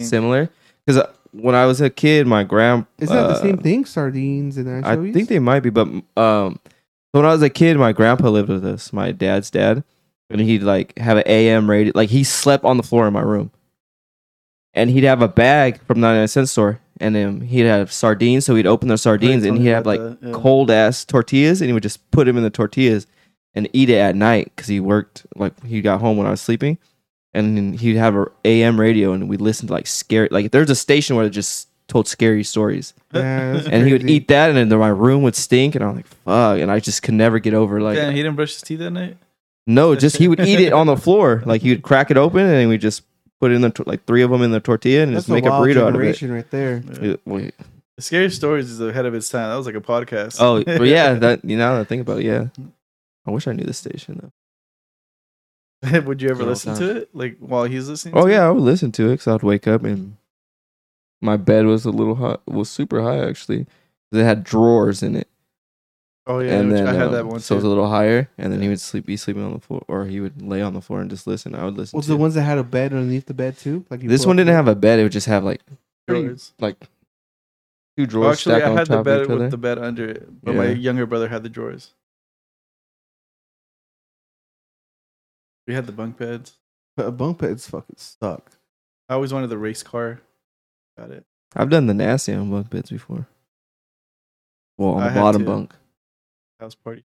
Mm. Similar. Because when I was a kid, my grand Is that the uh, same thing? Sardines and I anchovies. think they might be, but um, when I was a kid, my grandpa lived with us, my dad's dad, and he'd like have an AM radio. Like he slept on the floor in my room, and he'd have a bag from ninety nine cent store, and then he'd have sardines. So he'd open the sardines, Tell and me he'd have like about that, yeah. cold ass tortillas, and he would just put them in the tortillas and eat it at night because he worked like he got home when I was sleeping, and then he'd have a AM radio, and we'd listen to like scary like there's a station where it just told scary stories. Yeah, [laughs] that's And he would crazy. eat that, and then my room would stink, and I'm like, fuck. And I just could never get over like, Damn, he didn't brush his teeth that night. no, just he would eat it on the floor. Like he would crack it open, and we just put it in the tor- like three of them in the tortilla, and That's just make a wild burrito out of it. generation right there. Yeah. Yeah, wait. The scary stories is ahead of its time. That was like a podcast. [laughs] Oh, but yeah, that you know, now that I think about it, yeah. I wish I knew the station though. Would you ever Good old listen to it? Like while he's listening? Oh to yeah, it? I would listen to it because I'd wake up and my bed was a little hot, was super high actually. 'Cause It had drawers in it, Oh yeah. and which then I had um, that one so it was a too. little higher. And then he would sleep, be sleeping on the floor, or he would lay on the floor and just listen. I would listen. Was to the it. ones that had a bed underneath the bed too? Like you This pull one up- didn't have a bed; it would just have like pretty- Drawers. like two drawers Well, actually, stacked I on had the top bed of each other. with the bed under it, but my Yeah. younger brother had the drawers. We had the bunk beds. a bunk bed's fucking suck. I always wanted the race car. Got it. I've done the nasty on bunk beds before. Well, on I the had bottom to. bunk. House party.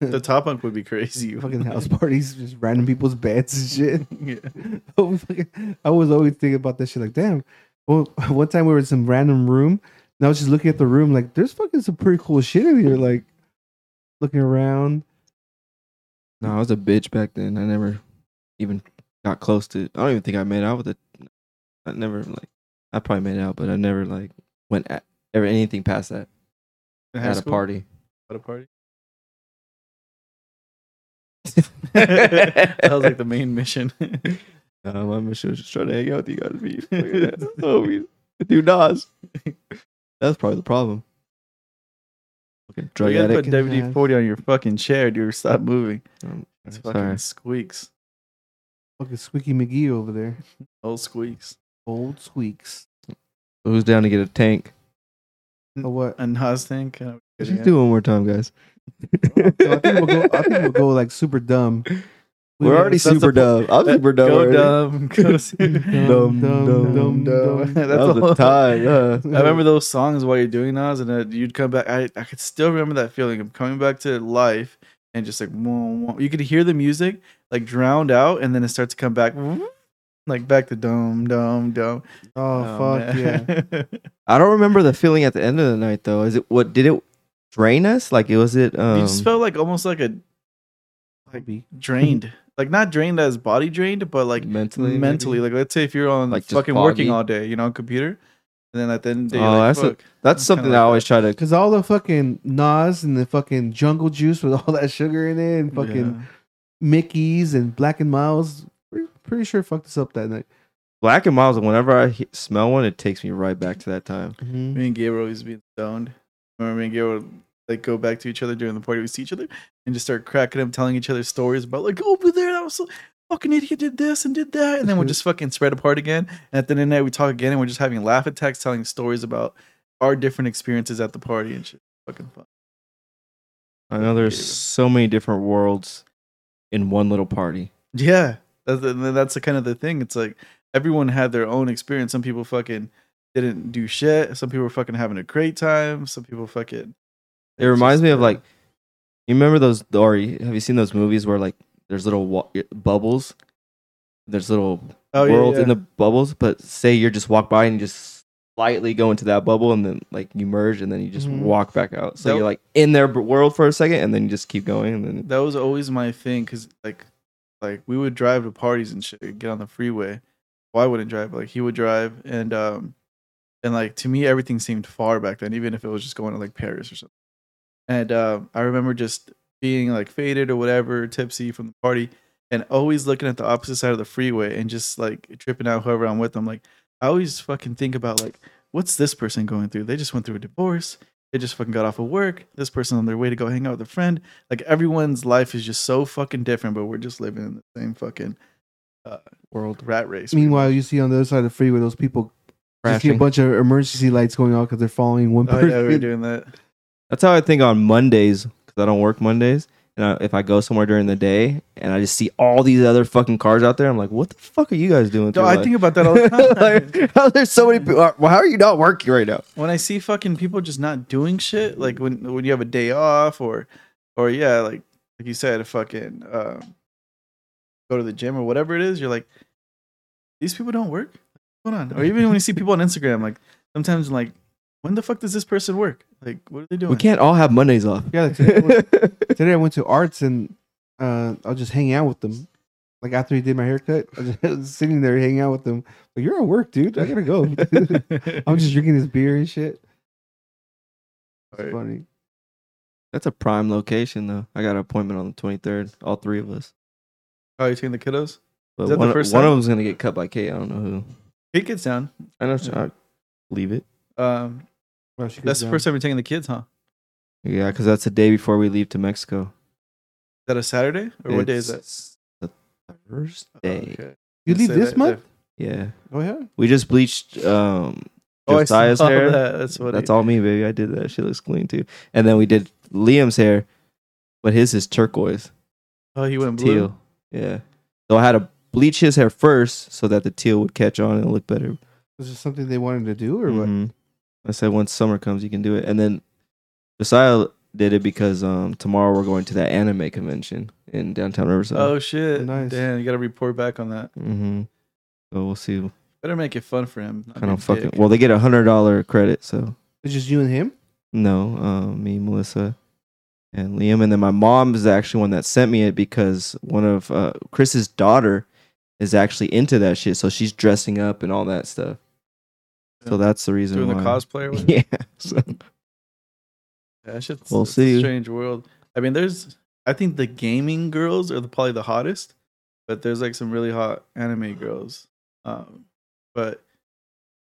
[laughs] The top bunk would be [laughs] crazy. fucking [laughs] house parties, just random people's beds and shit. yeah. [laughs] Oh, we fucking- I was always thinking about that shit. Like, damn. Well, [laughs] one time we were in some random room, and I was just looking at the room. Like, there's fucking some pretty cool shit in here. Like, looking around. No, I was a bitch back then. I never even got close to. I don't even think I made out with it. I never like. I probably made out, but I never like went at, ever anything past that In high at a school? party. At a party. [laughs] that was [laughs] like the main mission. No, my mission was just trying to hang out with you guys, [laughs] be fucking ass [laughs] homies, do Nas. [laughs] That's probably the problem. Fucking drug you gotta put addict. WD forty on your fucking chair, dude. Stop moving. Um, It's fucking sorry. squeaks. Fucking Squeaky McGee over there. Old squeaks. Old squeaks. Who's down to get a tank? [laughs] Oh, what? A Nas thing. Kind of Let's just do it one more time, [laughs] guys. No, I think we'll go. I think we'll go like [laughs] super dumb. We We're went- already that's the super dumb. I'm super [laughs] dumb. Go already. [laughs] dumb. Go super- Dumb, Dumb, dumb, dumb, dumb. That's [laughs] That was all. the time. uh. I remember those songs while you're doing those, and uh, you'd come back. I, I could still remember that feeling of coming back to life and just like, whoa, whoa. you could hear the music like drowned out, and then it starts to come back, like back to dum dum dum. Oh, fuck yeah! yeah! I don't remember the feeling at the end of the night though. Is it what did it drain us? Like it was it um you just felt like almost like a [laughs] like drained, like not drained as body drained, but like mentally mentally. maybe? Like let's say if you're on Like, like just fucking working foggy? all day, you know, on computer, and then at the end of the day, Oh, you're like, that's a- fuck. That's something kinda that I like always try to Because all the fucking Nas and the fucking Jungle Juice with all that sugar in it, and fucking Yeah. Mickey's and Black and Miles, pretty, pretty sure fucked us up that night. black and miles. Whenever I he- smell one, it takes me right back to that time. Me and Gabriel always being stoned. Remember me and Gabriel would, like go back to each other during the party. We see each other and just start cracking up, telling each other stories about like "Oh, over there that was so fucking idiot did this and did that, and then we'll just [laughs] fucking spread apart again. And at the end of the night, we talk again, and we're just having laugh attacks, telling stories about our different experiences at the party and shit. Fucking fun. I know there's so many different worlds in one little party. Yeah, that's the, that's the kind of the thing. It's like everyone had their own experience. Some people fucking didn't do shit. Some people were fucking having a great time. Some people fucking. It reminds me of like you remember those or you- have you seen those movies where like there's little wa- bubbles? There's little oh, yeah, worlds yeah. in the bubbles, but say you're just walk by and you just slightly go into that bubble and then like you merge and then you just Mm-hmm. Mhm. walk back out. So That- you're like in their b- world for a second and then you just keep going and then that was always my thing because like like we would drive to parties and shit get on the freeway well i wouldn't drive but like he would drive and um and like to me everything seemed far back then even if it was just going to like paris or something and um i remember just being like faded or whatever tipsy from the party and always looking at the opposite side of the freeway and just like tripping out whoever i'm with i'm like i always fucking think about like what's this person going through they just went through a divorce they just fucking got off of work this person on their way to go hang out with a friend like everyone's life is just so fucking different, but we're just living in the same fucking uh, world rat race. Meanwhile, you see on the other side of the freeway those people you see a crashing. bunch of emergency lights going on because they're following one oh, person. yeah, [laughs] we're doing that. That's how I think on Mondays because I don't work Mondays. And I, if I go somewhere during the day and I just see all these other fucking cars out there, I'm like, what the fuck are you guys doing? with No, your I life?" [laughs] think about that all the [laughs] time. like, how there's so many people. Well, how are you not working right now? when I see fucking people just not doing shit, like when when you have a day off or or yeah, like like you said, fucking um, go to the gym or whatever it is, you're like, these people don't work. going on? Or even when you see people on Instagram, like sometimes like, when the fuck does this person work? Like, what are they doing? We [laughs] can't all have Mondays off. [laughs] Yeah, like today, I went, today I went to arts and uh, I was just hanging out with them. Like after he did my haircut, I was just [laughs] sitting there hanging out with them. Like you're at work, dude. I gotta go. [laughs] I'm just drinking this beer and shit. [laughs] It's Alright. funny. [laughs] That's a prime location though. I got an appointment on the 23rd. All three of us. Oh, you taking the kiddos? Is that But the one, first one time? of them's gonna get cut by Kate. I don't know who. Take kids down. I know. I leave it. Um, Well, she that's goes the down. first time you're taking the kids, huh? Is Yeah, because that's the day before we leave to Mexico. that a Saturday or what day is that? It's The Thursday. Oh, okay. You They leave say this that- month? Yeah, Oh yeah. we just bleached um [laughs] Oh, I Josiah's saw hair. that. That's what. That's all me, baby. I did that. She looks clean too. And then we did Liam's hair, but his is turquoise, Oh, he went blue. teal. Yeah. So I had to bleach his hair first so that the teal would catch on and look better. Was this something they wanted to do or Mm-hmm. what? Mhm. I said once summer comes, you can do it. And then Josiah did it because um tomorrow we're going to that anime convention in downtown Riverside. Oh shit! Nice. Damn, you gotta report back on that. Mm-hmm. So we'll see. Better make it fun for him. not Kind be of a fucking. dick. Well, they get a hundred dollar credit. So It's just you and him? no, um, me, Melissa, and Liam, and then my mom is actually one that sent me it because one of uh, Chris's daughter is actually into that shit. So she's dressing up and all that stuff. So that's the reason. doing the why. [laughs] cosplay. Or whatever. [laughs] Yeah. So Yeah, that shit's, We'll it's see. A strange world. I mean, there's. I think the gaming girls are the, probably the hottest, but there's like some really hot anime girls. Um, but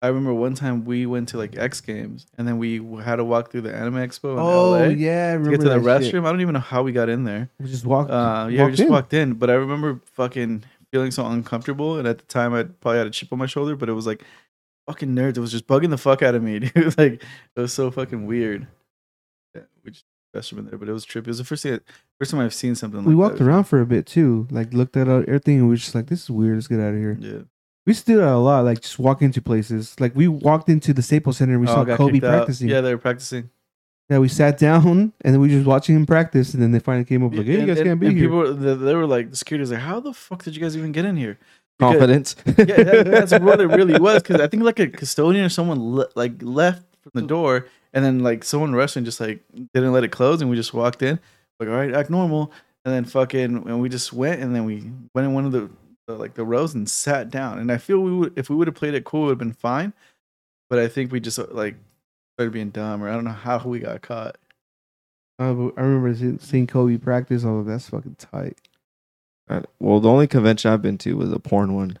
I remember one time we went to like X Games, and then we had to walk through the anime expo in Oh LA yeah, I to remember get to the that restroom. shit. I don't even know how we got in there. We just walked. Uh, yeah, we walked just in. walked in, but I remember fucking feeling so uncomfortable, and at the time I probably had a chip on my shoulder, but it was like fucking nerds. It was just bugging the fuck out of me, [laughs] dude. like it was so fucking weird. Yeah, we just restroom in there, but it was trippy. It was the first thing, first time I've seen something. We like walked that. around for a bit too. Like looked at our- everything and we were just like, This is weird, let's get out of here. Yeah, We stood out a lot, like just walk into places. Like we walked into the Staples Center and we Oh, saw got Kobe kicked out. practicing. Yeah, they were practicing. Yeah, we sat down [laughs] and then we just watching him practice, and then they finally came up like, "Hey, you guys and, can't be and here." People, were- they, they were like, the security was like, "How the fuck did you guys even get in here?" Because- confidence. [laughs] yeah, that, that's what it [laughs] really was. Because I think like a custodian or someone le- like left from the door, and then like someone rushed and just like didn't let it close, and we just walked in, like all right, act normal, and then fucking, and we just went, and then we went in one of the, the like the rows and sat down. And I feel we would if we would have played it cool, it would have been fine. But I think we just uh, like started being dumb, or I don't know how we got caught. Uh, but I remember seeing- seeing Kobe practice. I was like, "That's fucking tight." Uh, Well, the only convention I've been to was a porn one,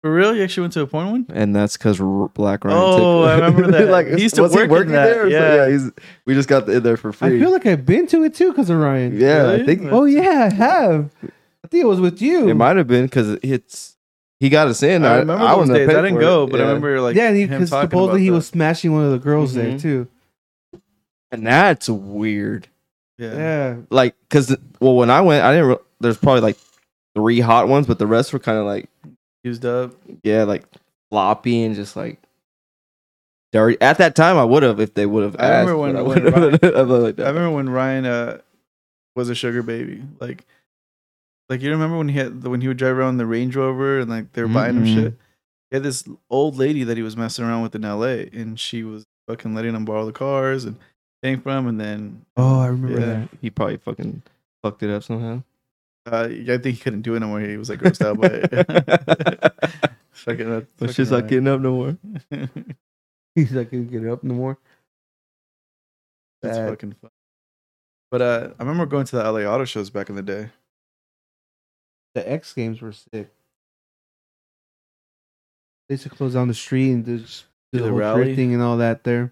For real, you actually went to a porn one. and that's because Black Ryan. Oh, took- I [laughs] remember that. like, He used to was work in working that, there? So, yeah. he's, we just got in there for free. I feel like I've been to it too because of Ryan. yeah, Really? I think Oh yeah, I have. I think it was with you. It might have been because it's he got us in. I remember I, those wouldn't have days. paid I didn't for go, it, but I yeah. remember like yeah, him because talking supposedly about he that. Mm-hmm. was smashing one of the girls there Mhm. too. and that's weird. Yeah, Like, cause well, when I went, I didn't. Re- There's probably like three hot ones, but the rest were kind of like used up. yeah, like floppy and just like dirty. At that time, I would have if they would have. I remember when- when [laughs] I when remember when Ryan uh, was a sugar baby. Like, like you remember when he had when he would drive around the Range Rover and like they were buying him Mhm. shit. He had this old lady that he was messing around with in L.A. and she was fucking letting him borrow the cars and paying for them. And then Oh, I remember Yeah. [laughs] that. he probably fucking fucked it up somehow. uh, I think he couldn't do it anymore. He was like [laughs] grossed out by it. [laughs] fucking, that's [laughs] But fucking she's not Ryan. getting up no more. [laughs] He's like, "Couldn't get up no more." [laughs] That's That- fucking fun. But uh, I remember going to the LA auto shows back in the day. The X Games were sick. They used to close down the street and do, just do Do the, the whole rally? drifting and all that there.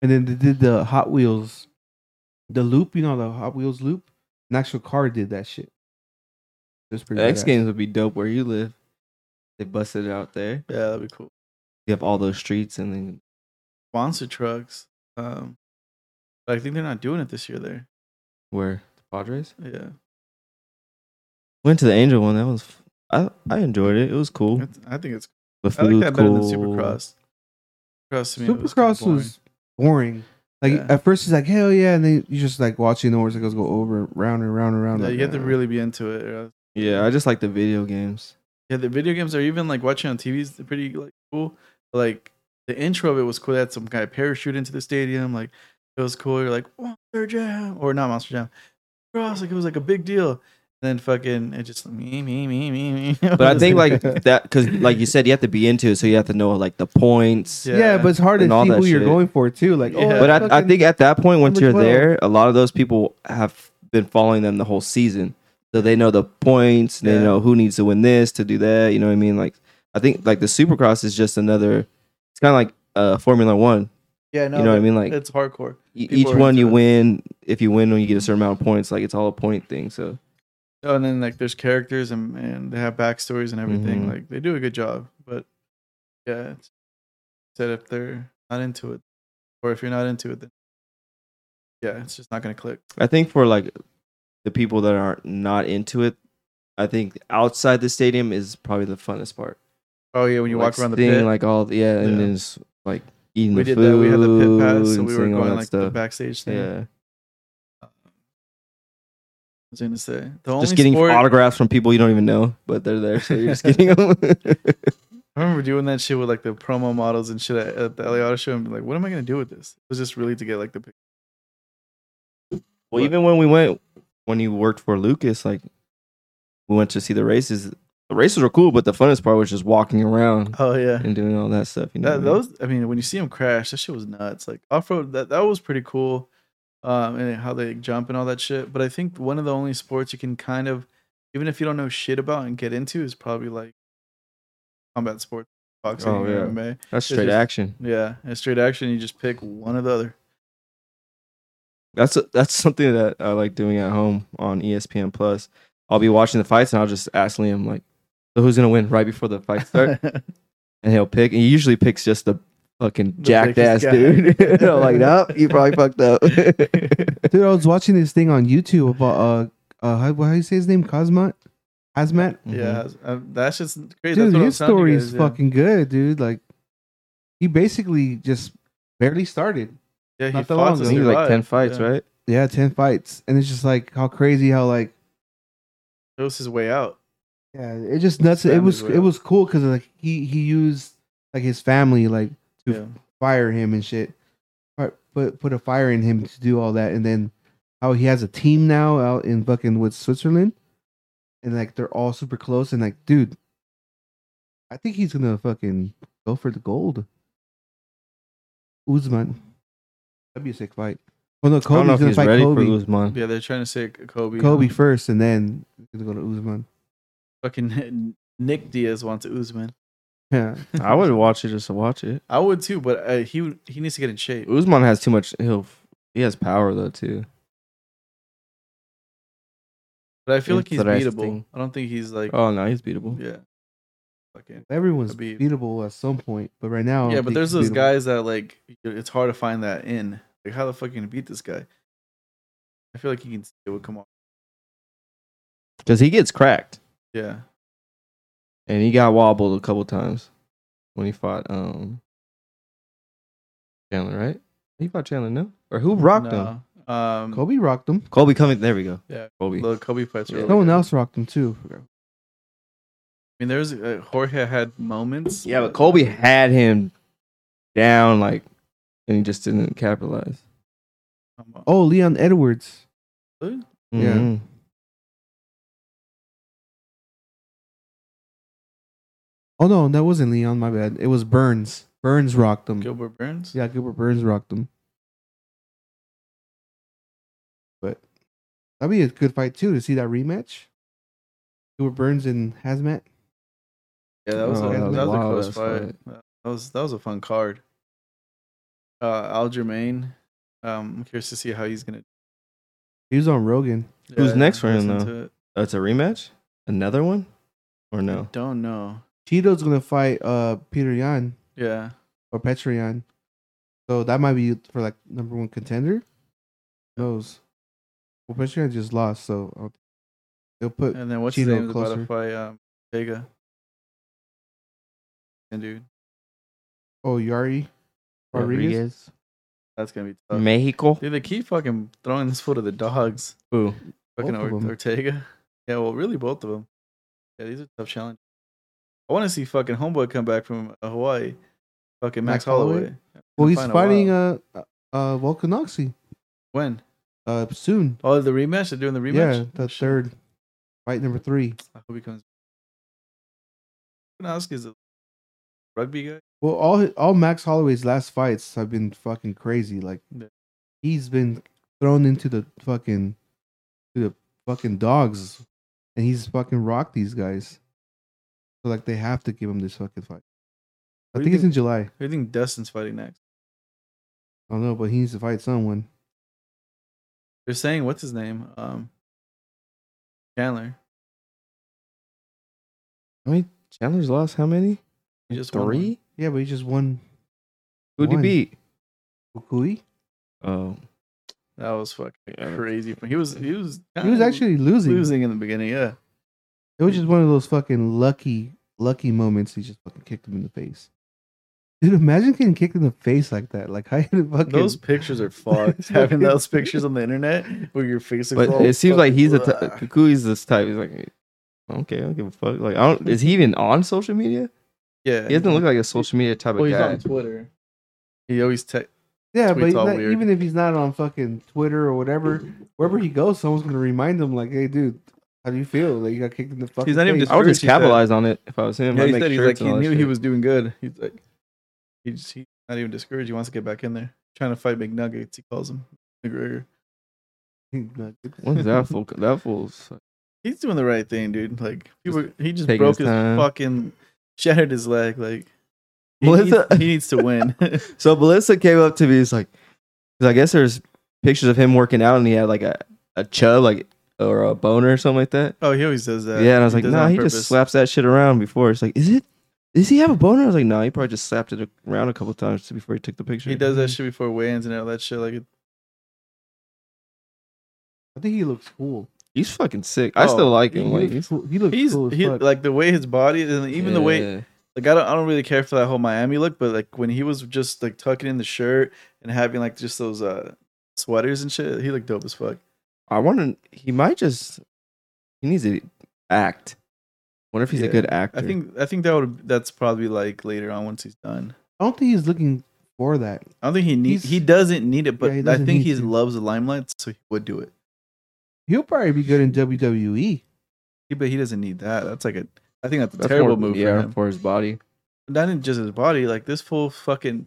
And then they did the Hot Wheels, the loop, you know, the Hot Wheels loop. An actual car did that shit. That's pretty X badass. Games would be dope where you live. They busted it out there. Yeah, that'd be cool. You have all those streets and then Sponsor trucks. Um, but I think they're not doing it this year there. where the Padres Yeah. went to the Angel one. That was f- I I enjoyed it. It was cool. It's- I think it's. The I like food that better cool. than Supercross. Supercross to me was kinda Supercross was, boring. boring. Like Yeah. at first, it's like hell yeah, and then you just like watching the motorcycles go over, round and round and round. Yeah, like, you have to uh, really be into it. or else- Yeah, I just like the video games. Yeah, the video games are even like watching on TV is pretty like cool. Like the intro of it was cool. They had some guy parachute into the stadium. Like it was cool. You're like Monster Jam or not Monster Jam. Cross like it was like a big deal. And then fucking it just me me me me me. [laughs] But I think like that because like you said, you have to be into it, so you have to know like the points. Yeah, but it's hard to see And all that who you're shit. going for too. Like, oh, Yeah. But that's I, I fucking- think at that point, once number you're 12. there, a lot of those people have been following them the whole season, so they know the points. They Yeah. know who needs to win this to do that. You know what I mean? Like I think like the Supercross is just another. It's kind of like uh, Formula One. [laughs] yeah, no, you know what I but mean? Like it's hardcore. e- people each are one into you it. win. If you win, when you get a certain amount of points, like it's all a point thing. So Oh, and then like there's characters and, and they have backstories and everything. Mhm. Like they do a good job, but yeah, it's- said if they're not into it, or if you're not into it, then yeah, it's just not gonna click. I think for like the people that are not into it, I think outside the stadium is probably the funnest part. Oh yeah, when you Like, walk around the seeing, pit, like all the- yeah, Yeah. and then just like eating we did the food. that. We had the pit pass, so and we were seeing all going that like the stuff. backstage thing. I yeah, was gonna say the only just getting sport, autographs from people you don't even know, but they're there, so [laughs] you're just getting them. I remember doing that shit with like the promo models and shit at, at the LA Auto Show and be like, what am I gonna do with this? It was just really to get like the pic- well, even when we went, when you worked for Lucas, like we went to see the races. The races were cool, but the funnest part was just walking around Oh yeah. and doing all that stuff. You know, That, those, I mean, when you see them crash, that shit was nuts. Like off road, that that was pretty cool, um, and how they jump and all that shit. But I think one of the only sports you can kind of, even if you don't know shit about and get into, is probably like combat sports, boxing, Oh, or yeah. MMA. that's straight just- action. Yeah, and straight action. You just pick one or the other. That's that's something that I like doing at home on E ESPN Plus. I'll be watching the fights and I'll just ask Liam like, "So who's gonna win right before the fight starts?" and he'll pick. And he usually picks just the fucking The jacked ass biggest guy. dude. [laughs] And [laughs] I'm like, nope, you probably fucked [laughs] up. dude, I was watching this thing on YouTube about uh, uh, how, how do you say his name? Cosmat, Hazmat. [laughs] Mm-hmm. yeah, um, that's just crazy. Dude, that's what his I'm telling you story is guys, yeah. fucking good, dude. Like, he basically just barely started. Yeah, he not that fought long to ago. He He was survive. like ten fights, Yeah. right? Yeah, ten fights, and it's just like how crazy, how like It was his way out. yeah, it just nuts. It family's was way it up. was cool because like he he used like his family like to Yeah. fire him and shit. Put- Put put a fire in him to do all that, and then how he has a team now out in fucking with Switzerland, and like they're all super close. And like, dude, I think he's gonna fucking go for the gold. Uzman, that'd be a sick fight. Well, no, I don't know Kobe's if gonna he's fight ready Kobe. for Usman. Yeah, they're trying to say Kobe. Kobe um, first, and then he's gonna go to Uzman. fucking [laughs] Nick Diaz wants Usman. [laughs] Yeah, I would watch it just to watch it. I would too, but uh, he would- he needs to get in shape. Usman has too much. He'll he has power though too. But I feel like he's Interesting. beatable. I don't think he's like Oh no, he's beatable. yeah, fucking everyone's Khabib. beatable at some point, but right now, I yeah. don't But think there's he's those beatable. guys that like it's hard to find that in. Like how the fuck you gonna beat this guy? I feel like you can see it would come off. Because he gets cracked Yeah, and he got wobbled a couple times when he fought um Chandler, right? He fought Chandler, no? Or who rocked him? no. Um, Kobe. Kobe rocked him. Kobe coming. There we go. Yeah. Kobe. Little Kobe fights. are Yeah. really Someone good. else rocked him too. I mean, there's uh, Jorge had moments. Um, Yeah, but Kobe had him down like, and he just didn't capitalize. Um, Oh, Leon Edwards. Yeah. Mhm. Oh no, that wasn't Leon. My bad. It was Burns. Burns rocked him. Gilbert Burns. Yeah, Gilbert Burns rocked him. But that'd be a good fight too to see that rematch. Gilbert Burns and Hazmat. Yeah, that was, Oh, a, that that was was, a a wild close ass fight. That was that was a fun card. Uh, Algermain. Um, I'm curious to see how he's gonna. He was on Rogan. Who's Yeah, next for him, listen though? to it. Oh, it's a rematch. Another one, or Oh. no? Don't know. Cheeto's gonna fight uh Peter Yan Yeah, or Petrian. So that might be for like number one contender. Who knows? Well, Petrian just lost, so I'll, they'll put and then what's Cheeto his name is about closer. to fight um, Vega? And dude, oh Yari Rodriguez. that's gonna be Oh. tough. Mexico. Dude, they keep fucking throwing this foot of the dogs. Who? Fucking Both of Or- [laughs] them. Ortega. Yeah, well, really both of them. Yeah, these are tough challenges. I want to see fucking homeboy come back from uh, Hawaii. Fucking Max, Max Holloway? Holloway. Well, he's Fine, a fighting while. uh uh, uh Volkanovski When? uh soon. Oh, the rematch. They're doing the rematch. Yeah, the Oh, Shit. third fight number three. I hope he comes. Volkanovski's a rugby guy. Well, all all Max Holloway's last fights have been fucking crazy. Like Yeah. he's been thrown into the fucking to the fucking dogs, and he's fucking rocked these guys. So like they have to give him this fucking fight. I What do think, you it's in July. Who do you think Dustin's fighting next? I don't know, but he needs to fight someone. They're saying what's his name? Um, Chandler. Chandler's lost how many? He just won one. Three? Yeah, but he just won Who'd he One. beat? Fukui. Oh, That was fucking Yeah. crazy. He was he was He was kinda actually losing. losing in the beginning. Yeah. It was just one of those fucking lucky, lucky moments. He just fucking kicked him in the face. Dude, imagine getting kicked in the face like that. Like how you fucking Those pictures [laughs] are [laughs] fucked. Having those pictures on the internet where your face is but all it seems like fucking he's the blah. type. Kukui's this type. He's like, okay, I don't give a fuck. Like, I don't. Is he even on social media? yeah. He doesn't look like a social media type well, of he's guy. on Twitter. He always te- yeah, but tweets all that- weird. even if he's not on fucking Twitter or whatever, wherever he goes, someone's gonna remind him like, "Hey, dude, how do you feel? Like you got kicked in the fucking." not even face." [laughs] dis- I would just He said- capitalize on it if I was him. Yeah, I'd he make said he's like shirts he and all that knew he shit. was doing good. He's like he just, he's not even discouraged. He wants to get back in there, trying to fight McNuggets. He calls him McGregor. What's that fool? That fool's. He's doing the right thing, dude. Like he, Just were, he just taking broke his his time. fucking shattered his leg. Like he, Melissa- needs, he needs to [laughs] win. [laughs] So Melissa came up to me. He's like, 'cause I guess there's pictures of him working out, and he had like a a chub, like or a boner or something like that. oh, he always does that. yeah, and I was like, does no, it nah, on he purpose. just slaps that shit around before. It's like, is it? Does he have a boner? I was like, no, nah, he probably just slapped it around a couple times before he took the picture. He does that shit before weigh-ins and all that shit. Like, I think he looks cool. He's fucking sick. I Oh, still like He, him. Like, looks, cool. he looks he's cool as he, fuck. like the way his body and even the way Yeah. like I don't I don't really care for that whole Miami look, but like when he was just like tucking in the shirt and having like just those uh sweaters and shit, he looked dope as fuck. I want to. He might just. He needs to act. Wonder if he's Yeah. a good actor. I think I think that would that's probably like later on once he's done. I don't think he's looking for that. I don't think he needs He's- he doesn't need it, but Yeah, he I doesn't think need he to. loves the limelight, so he would do it. He'll probably be good in E. WWE. He- But he doesn't need that. That's like a I think that's a That's terrible more- move yeah, for him. for his body. Not in just his body, like this fool fucking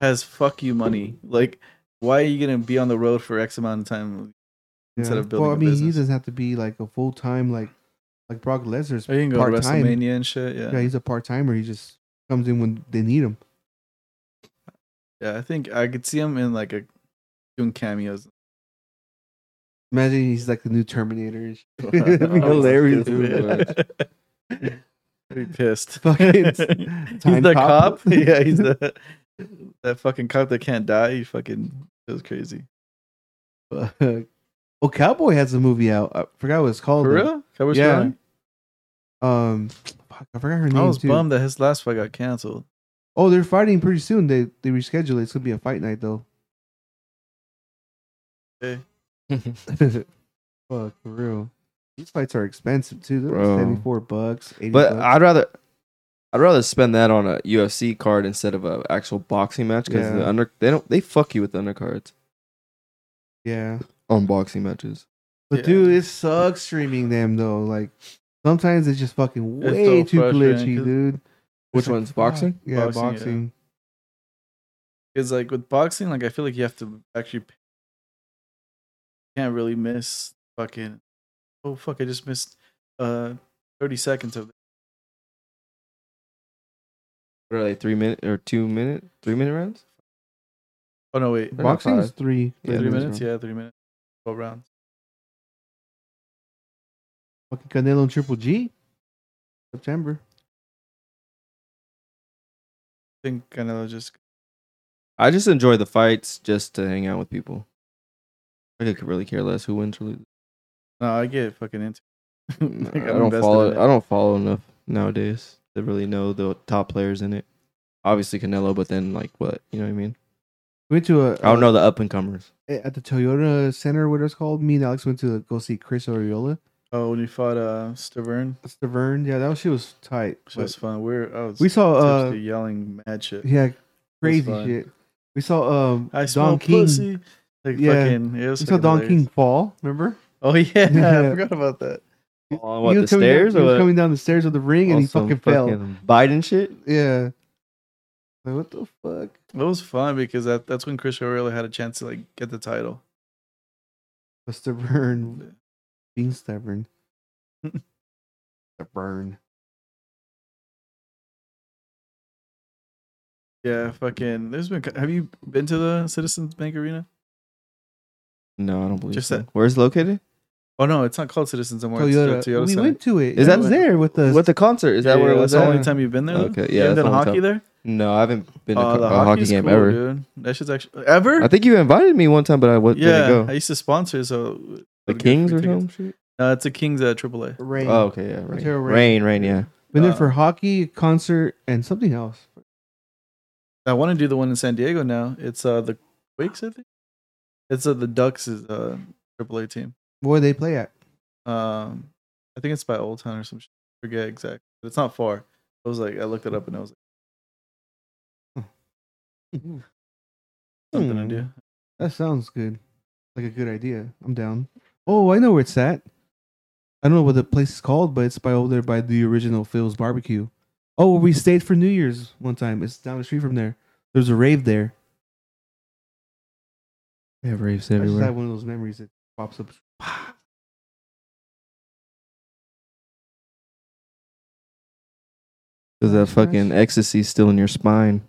has fuck you money. Like why are you gonna be on the road for X amount of time instead Yeah. of building well, I a mean, business? he doesn't have to be like a full time like like Brock Lesnar's Oh, you can go to part-time. WrestleMania and shit. Yeah. Yeah, yeah, he's a part timer. He just comes in when they need him. I think I could see him in like a doing [laughs] cameos. Imagine he's like the new [laughs] Terminator. [laughs] and shit. That'd be Oh, hilarious. dude. [laughs] I'd be pissed. [laughs] [laughs] Fucking he's time the cop. cop. [laughs] yeah, he's the that fucking cop that can't die. He fucking goes crazy. [laughs] Fuck. Oh, Cowboy has a movie out. I forgot what it's called. For though. real? Cowboy Yeah. Cerrone? Um, fuck, I forgot her name I was too. bummed that his last fight got canceled. Oh, they're fighting pretty soon. They they reschedule it. It's gonna be a fight night though. Okay. [laughs] Fuck for real. These fights are expensive too. They're like Bro. seventy four bucks. 80 But bucks. I'd rather. I'd rather spend that on a UFC card instead of an actual boxing match because Yeah. the under they don't they fuck you with the undercards yeah. on boxing matches. But Yeah. dude, it sucks streaming them though. Like sometimes it's just fucking It's way so too frustrating, glitchy, 'cause- dude. Which It's like, one's fuck. boxing? Yeah, Boxing, boxing. yeah. Because like with boxing, like I feel like you have to actually pay. can't really miss fucking oh fuck I just missed uh thirty seconds of What are they three minute or two minute three minute rounds? oh no wait They're not Boxing is five. three. Yeah, three that's minutes yeah three minutes twelve rounds Fucking Canelo and Triple G. September. I think Canelo just I just enjoy the fights just to hang out with people. I could really care less who wins or loses. no I get fucking into I Like, I'm don't invested follow. in it. I don't follow enough nowadays to really know the top players in it. Obviously Canelo, but then like what you know what I mean. We went to a uh, eh, I don't know the up and comers. at the Toyota Center, what it's called. Me and Alex went to go see Chris Oriola. Oh, when we fought uh Stavern, That's the Vern. Yeah, that shit was tight. which was fun. We were I was We saw tipsy, uh yelling mad shit. yeah, crazy fun. shit. We saw um I smell Don King. We pussy. Like Yeah. fucking, it was saw fucking Don hilarious. King fall. Remember? Oh [laughs] yeah, Yeah. I forgot about that. On He what the was coming down- stairs he or was what? coming down the stairs of the ring and On he some fucking, fell. fucking Biden shit. Yeah. Like, what the fuck? It was fun because that, that's when Chris Aurelia had a chance to like get the title. A stubborn, being stubborn. [laughs] stubborn. Yeah, fucking. There's been. Have you been to the Citizens Bank Arena? No, I don't believe Just so. that- Where's it located? Oh no, it's not called Citizens anymore. It's Toyota. the Toyota we Center. went to it. Is Yeah, that- I was there with the What the concert? Is that Yeah, where it yeah, was that's the at? only time you've been there? though? Okay, yeah, You haven't that's done the a only hockey there? No, I haven't been to Oh, co- the a hockey hockey's game cool, ever. dude. That shit's actually ever. I think you invited me one time, but I w- yeah, didn't I go. used to sponsor, so The Kings or no? something? shit? No, it's a Kings at AAA. rain? Oh, okay, yeah, rain. Ontario rain, Rain. rain, yeah. Been there uh, for hockey, concert, and something else. I want to do the one in San Diego now. It's uh the Quakes, I think. It's uh, the Ducks is uh AAA team. Where they play at? [laughs] Um, I think it's by Old Town or some shit. I forget exactly, but it's not far. I was like, I looked it up and I was like, something Hmm. to [laughs] do. That sounds good. Like a good idea. I'm down. Oh, I know where it's at. I don't know what the place is called, but it's by over there by the original Phil's Barbecue. Oh, where we stayed for New Year's one time. It's down the street from there. There's a rave there. They have raves I just everywhere. had one of those memories that pops up. There's that fucking ecstasy still in your spine.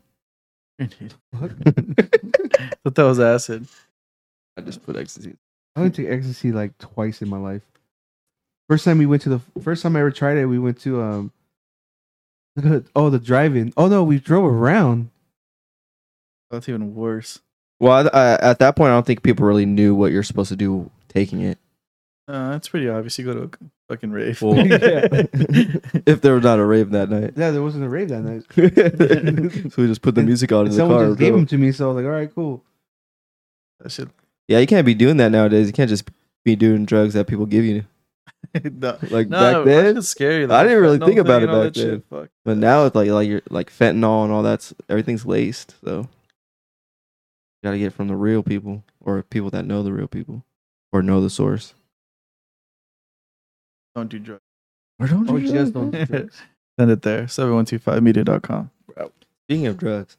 Indeed. What? [laughs] [laughs] Thought that was acid. I just put ecstasy. I only took ecstasy like twice in my life. First time we went to the first time I ever tried it, we went to um [laughs] oh the drive-in. Oh no, we drove around. That's even worse. Well, I, I, at that point, I don't think people really knew what you're supposed to do taking it. Uh, that's pretty obvious. You go to a fucking rave. [laughs] [laughs] Well, if there was not a rave that [laughs] night. Yeah, there wasn't a rave that night. so we just put the music on in the Someone car. just gave bro. them to me, so I was like, all right, cool. That shit. [laughs] Yeah, you can't be doing that nowadays. You can't just be doing drugs that people give you. no, Like no, back then, it's scary. I didn't really fentanyl think about thing it and all back that shit, fuck. but now it's like like you're like fentanyl and all that's everything's laced. So you gotta get it from the real people or people that know the real people or know the source. Don't do drugs. Or don't Oh, do [laughs] drugs. just don't do drugs. Send it there. 7125media.com. Speaking of drugs,